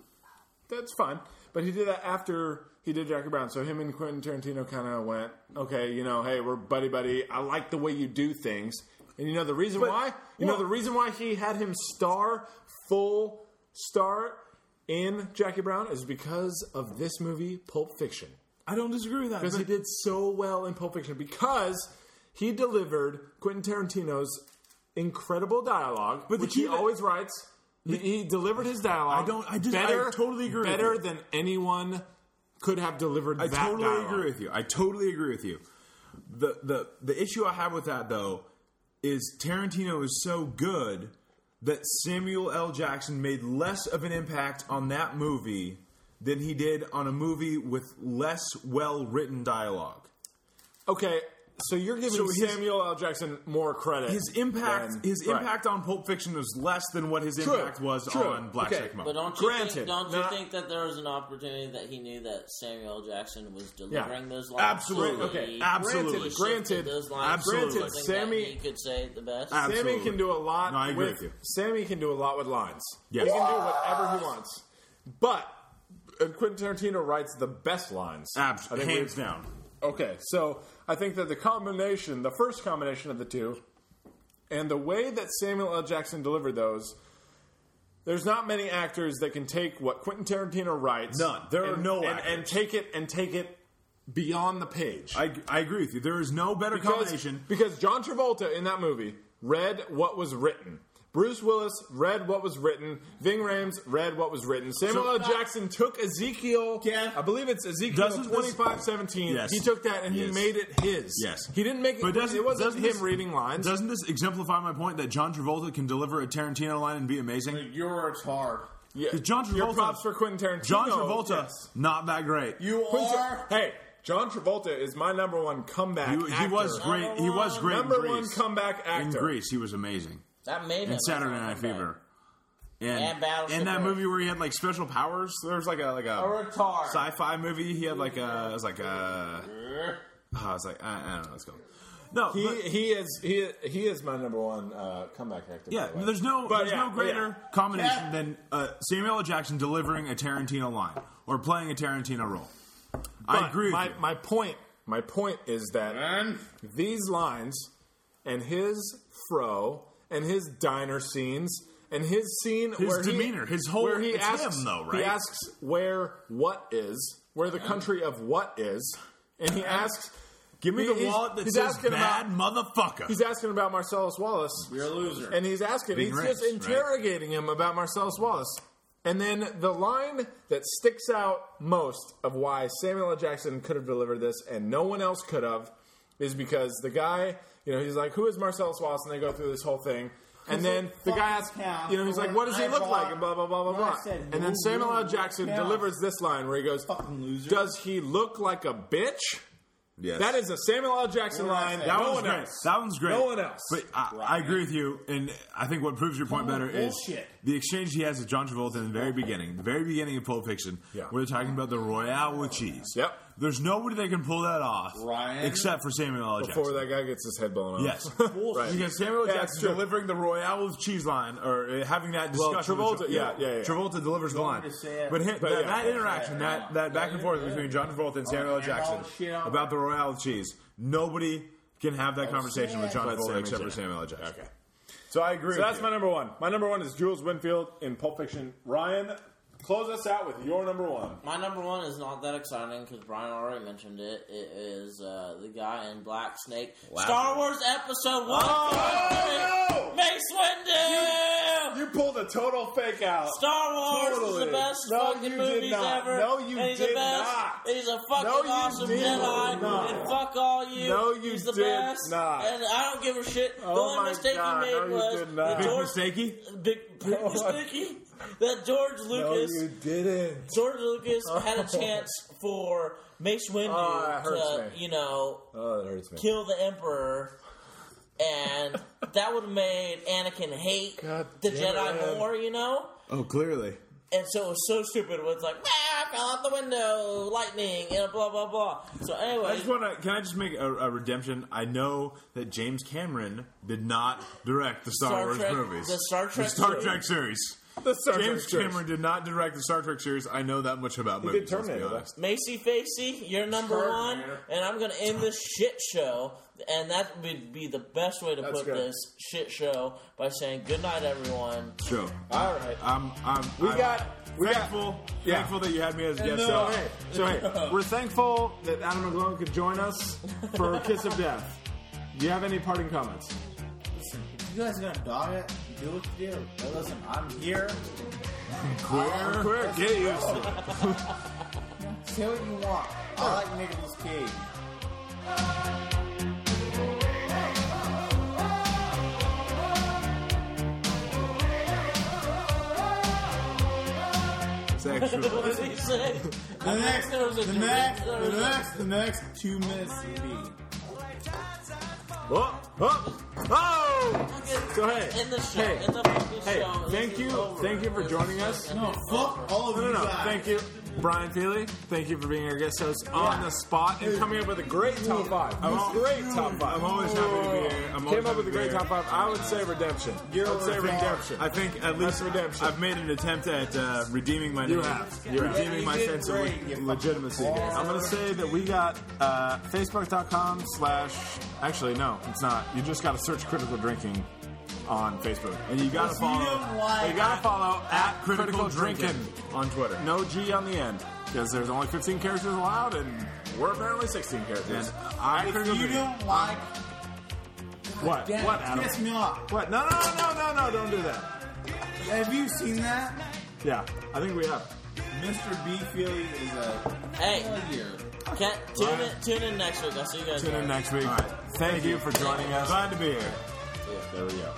Speaker 4: That's fine, but he did that after he did Jackie Brown. So him and Quentin Tarantino kind of went, okay, you know, hey, we're buddy buddy. I like the way you do things, and you know the reason why. You know
Speaker 1: well-
Speaker 4: the reason why he had him star full star in Jackie Brown is because of this movie, Pulp Fiction,
Speaker 1: I don't disagree with that.
Speaker 4: because he did so well in Pulp Fiction because he delivered Quentin Tarantino's incredible dialogue,
Speaker 1: But the
Speaker 4: which
Speaker 1: key
Speaker 4: he
Speaker 1: that-
Speaker 4: always writes. He, he delivered his dialogue.
Speaker 1: I don't- I dis- I
Speaker 4: better,
Speaker 1: totally agree with
Speaker 4: Better
Speaker 1: you.
Speaker 4: than anyone could have delivered.
Speaker 1: I
Speaker 4: that
Speaker 1: totally
Speaker 4: dialogue.
Speaker 1: agree with you. I totally agree with you. The the the issue I have with that though is Tarantino is so good that Samuel L. Jackson made less of an impact on that movie than he did on a movie with less well written dialogue.
Speaker 4: Okay, so you're giving
Speaker 1: So his-
Speaker 4: Samuel L. Jackson more credit.
Speaker 1: His impact
Speaker 4: than-
Speaker 1: his
Speaker 4: Right.
Speaker 1: impact on Pulp Fiction was less than what his
Speaker 4: True,
Speaker 1: impact was
Speaker 4: true.
Speaker 1: on Black
Speaker 4: Okay,
Speaker 1: Jack Mo.
Speaker 2: But don't you
Speaker 4: Granted,
Speaker 2: think, don't you
Speaker 4: not-
Speaker 2: think that there was an opportunity that he knew that Samuel L. Jackson was delivering those lines?
Speaker 1: Absolutely.
Speaker 2: so
Speaker 4: Okay.
Speaker 2: he
Speaker 1: Absolutely.
Speaker 2: shifted
Speaker 4: Granted,
Speaker 2: those lines
Speaker 1: absolutely.
Speaker 2: to
Speaker 1: Granted,
Speaker 2: something
Speaker 4: Sammy-
Speaker 2: that he could say the best.
Speaker 1: Ab-
Speaker 4: Sammy
Speaker 1: Absolutely.
Speaker 4: can do a lot.
Speaker 1: No, I agree
Speaker 4: with,
Speaker 1: with you.
Speaker 4: Sammy can do a lot with lines.
Speaker 1: Yes.
Speaker 4: He can do whatever he wants. But uh, Quentin Tarantino writes the best lines.
Speaker 1: Abs-
Speaker 4: I think
Speaker 1: hands
Speaker 4: we-
Speaker 1: down.
Speaker 4: Okay, so I think that the combination, the first combination of the two, and the way that Samuel L. Jackson delivered those, there's not many actors that can take what Quentin Tarantino writes.
Speaker 1: None. There are
Speaker 4: and-
Speaker 1: no
Speaker 4: and,
Speaker 1: actors.
Speaker 4: and take it and take it beyond the page.
Speaker 1: I, I agree with you. There is no better
Speaker 4: because,
Speaker 1: combination.
Speaker 4: because John Travolta in that movie read what was written. Bruce Willis read what was written. Ving Rhames read what was written. Samuel L. Jackson took Ezekiel.
Speaker 3: Yeah.
Speaker 4: I believe it's Ezekiel
Speaker 1: uh, Doesn't this-
Speaker 4: twenty five seventeen.
Speaker 1: Yes.
Speaker 4: He took that and he
Speaker 1: Yes.
Speaker 4: made it his.
Speaker 1: Yes.
Speaker 4: He didn't make it.
Speaker 1: But doesn't-
Speaker 4: it wasn't
Speaker 1: doesn't
Speaker 4: him
Speaker 1: this-
Speaker 4: reading lines.
Speaker 1: Doesn't this exemplify my point that John Travolta can deliver a Tarantino line and be amazing?
Speaker 3: You're retard.
Speaker 4: Yeah.
Speaker 1: John
Speaker 4: Your
Speaker 1: Travolta-
Speaker 4: props for Quentin Tarantino.
Speaker 1: John Travolta,
Speaker 4: Yes.
Speaker 1: not that great.
Speaker 3: You
Speaker 4: Quentin-
Speaker 3: are.
Speaker 4: Hey, John Travolta is my number one comeback.
Speaker 1: You- he
Speaker 4: actor.
Speaker 1: was great. He was great
Speaker 4: Number
Speaker 1: in
Speaker 4: one
Speaker 1: Greece.
Speaker 4: comeback actor.
Speaker 1: in Greece, he was amazing.
Speaker 2: that made him.
Speaker 1: And Saturday Night
Speaker 2: That's not
Speaker 1: Fever.
Speaker 2: And
Speaker 1: And,
Speaker 2: Battleship
Speaker 1: and that
Speaker 2: Earth.
Speaker 1: movie where he had like special powers, there was like a like
Speaker 2: bad. A
Speaker 1: a
Speaker 2: retard.
Speaker 1: sci-fi movie. He had like a it was like a
Speaker 2: Uh-huh.
Speaker 1: oh, I was like I, I don't know what's going. on. No,
Speaker 4: He,
Speaker 1: but-
Speaker 4: he is he he is my number one uh, comeback actor. by
Speaker 1: yeah,
Speaker 4: the way.
Speaker 1: there's no
Speaker 4: But
Speaker 1: there's
Speaker 4: yeah,
Speaker 1: no
Speaker 4: but
Speaker 1: greater
Speaker 4: yeah.
Speaker 1: combination than uh, Samuel L. Jackson delivering a Tarantino line or playing a Tarantino role.
Speaker 4: But
Speaker 1: I agree. With
Speaker 4: my
Speaker 1: you.
Speaker 4: my point my point is that these lines and his fro and his diner scenes and his scene
Speaker 1: His
Speaker 4: where he-
Speaker 1: demeanor, his whole-
Speaker 4: where he
Speaker 1: it's
Speaker 4: asks
Speaker 1: him, though,
Speaker 4: he
Speaker 1: right?
Speaker 4: asks where what is where the country of what is and he asks
Speaker 1: Give me
Speaker 4: he-
Speaker 1: the
Speaker 4: he's-
Speaker 1: wallet that
Speaker 4: he's
Speaker 1: says
Speaker 4: asking
Speaker 1: "bad
Speaker 4: about
Speaker 1: motherfucker."
Speaker 4: he's asking about Marcellus Wallace
Speaker 3: You're a loser.
Speaker 4: and he's asking,
Speaker 1: Being
Speaker 4: he's
Speaker 1: rich,
Speaker 4: just
Speaker 1: right?
Speaker 4: interrogating him about Marcellus Wallace. And then the line that sticks out most of why Samuel L. Jackson could have delivered this and no one else could have is because the guy, you know, he's like, "Who is Marcellus Wallace?" and they go through this whole thing. And then
Speaker 8: a
Speaker 4: the
Speaker 8: fucking
Speaker 4: guy asks,
Speaker 8: town
Speaker 4: you know, he's like,
Speaker 8: where
Speaker 4: "What does he
Speaker 8: I
Speaker 4: look
Speaker 8: bought-
Speaker 4: like?" and blah blah blah blah
Speaker 8: where I
Speaker 4: blah.
Speaker 8: said,
Speaker 4: and then
Speaker 8: "No,
Speaker 4: Samuel L.
Speaker 8: no,
Speaker 4: Jackson
Speaker 8: town."
Speaker 4: delivers this line where he goes,
Speaker 8: Fucking loser.
Speaker 4: "Does he look like a bitch?"
Speaker 7: Yes.
Speaker 4: That is a Samuel L. Jackson line.
Speaker 1: That
Speaker 4: no
Speaker 1: one's
Speaker 4: one
Speaker 1: great.
Speaker 4: else.
Speaker 1: That one's great.
Speaker 4: No one else.
Speaker 1: But I, I agree with you, and I think what proves your point better is
Speaker 8: bullshit.
Speaker 1: the exchange he has with John Travolta in the very beginning, the very beginning of Pulp Fiction,
Speaker 4: Yeah.
Speaker 1: where they're talking about the Royale with cheese.
Speaker 4: Yep.
Speaker 1: There's nobody that can pull that off,
Speaker 3: Ryan?
Speaker 1: except for Samuel L. Jackson.
Speaker 4: Before that guy gets his head blown off.
Speaker 1: Yes, because Samuel
Speaker 4: Yeah, it's
Speaker 1: Jackson
Speaker 4: true.
Speaker 1: delivering the Royale with cheese line or uh, having that
Speaker 4: Well,
Speaker 1: discussion.
Speaker 4: Travolta-
Speaker 1: with Tra-
Speaker 4: yeah, yeah, yeah.
Speaker 1: Travolta delivers the line,
Speaker 8: to say it.
Speaker 1: but, him,
Speaker 4: But
Speaker 1: that,
Speaker 4: yeah.
Speaker 1: that interaction, that that back and forth between John Travolta and Samuel L.
Speaker 3: and all
Speaker 1: Jackson
Speaker 3: the shit on-
Speaker 1: about the Royale with cheese, nobody can have
Speaker 2: Oh,
Speaker 1: that conversation with John
Speaker 7: But
Speaker 1: Travolta
Speaker 7: Samuel
Speaker 1: except for
Speaker 7: Jackson.
Speaker 1: Samuel L. Jackson.
Speaker 4: Okay.
Speaker 7: So I agree.
Speaker 4: So that's my number one. My number one is Jules Winfield in Pulp Fiction. Ryan, close us out with your number one.
Speaker 2: My number one is not that exciting because Brian already mentioned it. It is uh, the guy in Black Snake, Star Wars Episode One.
Speaker 4: Oh,
Speaker 2: Mace Windu.
Speaker 4: You pulled a total fake out.
Speaker 2: Star Wars is
Speaker 4: Totally.
Speaker 2: the best
Speaker 4: No,
Speaker 2: fucking
Speaker 4: you did
Speaker 2: movies
Speaker 4: not.
Speaker 2: ever.
Speaker 4: No, you
Speaker 2: and he's
Speaker 4: did
Speaker 2: the best.
Speaker 4: not.
Speaker 2: And he's a fucking
Speaker 4: No, you
Speaker 2: awesome
Speaker 4: did
Speaker 2: Jedi.
Speaker 4: not.
Speaker 2: And fuck all you.
Speaker 4: No, you
Speaker 2: he's the
Speaker 4: did
Speaker 2: best.
Speaker 4: not.
Speaker 2: And I don't give a shit.
Speaker 4: Oh
Speaker 2: the only
Speaker 4: my
Speaker 2: mistake
Speaker 4: God,
Speaker 2: he made
Speaker 4: no, you
Speaker 2: was
Speaker 4: did not. Oh
Speaker 2: that
Speaker 4: Big
Speaker 2: George
Speaker 1: Mistakey?
Speaker 2: Big, big mistake. That George Lucas.
Speaker 4: didn't.
Speaker 2: George Lucas had a chance for Mace Windu
Speaker 4: Oh, that
Speaker 2: to,
Speaker 4: hurts me.
Speaker 2: you know,
Speaker 4: Oh, that hurts me.
Speaker 2: kill the Emperor, and that would have made Anakin hate
Speaker 4: God
Speaker 2: the
Speaker 4: damn
Speaker 2: Jedi
Speaker 4: it.
Speaker 2: more, you know.
Speaker 1: Oh, clearly.
Speaker 2: And so it was so stupid. It was like, ah, I fell out the window, lightning, and blah blah blah. So
Speaker 1: I
Speaker 2: anyway,
Speaker 1: just want to. Can I just make a, a redemption? I know that James Cameron did not direct the Star,
Speaker 2: Star
Speaker 1: Wars
Speaker 2: Trek-
Speaker 1: movies,
Speaker 2: the Star Trek
Speaker 1: Star
Speaker 2: series.
Speaker 1: Trek series.
Speaker 4: The Star
Speaker 1: James
Speaker 4: Trek series.
Speaker 1: Cameron did not direct the Star Trek series. I know that much about movies. let's be
Speaker 4: Terminator, though.
Speaker 1: honest.
Speaker 2: Macy Facey, you're number one, and I'm gonna end this shit show. And that would be the best way to put
Speaker 4: good.
Speaker 2: this shit show by saying good night, everyone.
Speaker 1: So
Speaker 4: All right.
Speaker 1: I'm. I'm
Speaker 4: We
Speaker 1: I'm
Speaker 4: got. We got.
Speaker 1: thankful.
Speaker 4: Yeah.
Speaker 1: Thankful that you had me as a guest.
Speaker 4: So hey, so hey, we're thankful that Adam McGlone could join us for Kiss of Death. Do you have any parting comments?
Speaker 8: If you guys are gonna dog it, do what you do. But listen, I'm here.
Speaker 1: Queer, queer, get used to it.
Speaker 8: Say what you want. I like Nicolas Cage.
Speaker 1: Sexual.
Speaker 2: What did he say?
Speaker 8: The next,
Speaker 2: there was a
Speaker 8: the
Speaker 2: direct-
Speaker 8: next,
Speaker 2: there
Speaker 8: the
Speaker 2: was a-
Speaker 8: next, the next two minutes will be.
Speaker 4: Oh, oh, oh! So hey,
Speaker 2: in the show,
Speaker 4: hey,
Speaker 2: in the fucking
Speaker 4: hey,
Speaker 2: show. This
Speaker 4: thank
Speaker 2: is
Speaker 4: you,
Speaker 2: over.
Speaker 4: thank you for
Speaker 2: This
Speaker 4: joining
Speaker 2: is
Speaker 4: us.
Speaker 2: fucking
Speaker 8: No, fuck all of
Speaker 4: No,
Speaker 8: you
Speaker 4: no, no.
Speaker 8: guys.
Speaker 4: Thank you, Brian Feely. Thank you for being our guest host on the spot and coming up with a great top five.
Speaker 1: I'm
Speaker 4: This
Speaker 1: al-
Speaker 4: great top five.
Speaker 1: I'm always happy to be here. I'm always
Speaker 4: Came up
Speaker 1: happy
Speaker 4: with
Speaker 1: to
Speaker 4: a
Speaker 1: be
Speaker 4: great
Speaker 1: here.
Speaker 4: top five. I would say redemption. I would say redemption.
Speaker 1: I think at least
Speaker 4: redemption.
Speaker 1: I've made an attempt at uh, redeeming my name,
Speaker 4: have. You have.
Speaker 1: redeeming my sense of le- legitimacy.
Speaker 4: I'm gonna say that we got uh, Facebook.com slash. Actually, no, it's not. You just gotta search critical drinking on Facebook, and you gotta
Speaker 1: Listen, you
Speaker 4: follow.
Speaker 1: don't like-
Speaker 4: you gotta follow at critical,
Speaker 1: Critical
Speaker 4: drinking.
Speaker 1: Drinking on Twitter.
Speaker 4: No G on the end because there's only 15 characters allowed, and we're apparently 16
Speaker 1: And
Speaker 4: characters.
Speaker 1: I
Speaker 4: If
Speaker 1: critical
Speaker 8: You
Speaker 1: drink.
Speaker 8: don't like
Speaker 4: What?
Speaker 8: that?
Speaker 4: What? Adam?
Speaker 8: piss me off.
Speaker 4: What? No, no, no, no, no! Don't do that.
Speaker 8: Have you seen that?
Speaker 4: Yeah, I think we have.
Speaker 8: Mr. B. Philly is a
Speaker 2: Hey,
Speaker 8: failure.
Speaker 2: can't, tune, in, tune in next week. I'll see you guys
Speaker 4: Tune
Speaker 2: later.
Speaker 4: in next week.
Speaker 1: All right.
Speaker 4: Thank you for joining us.
Speaker 1: Glad to be here.
Speaker 4: There we go.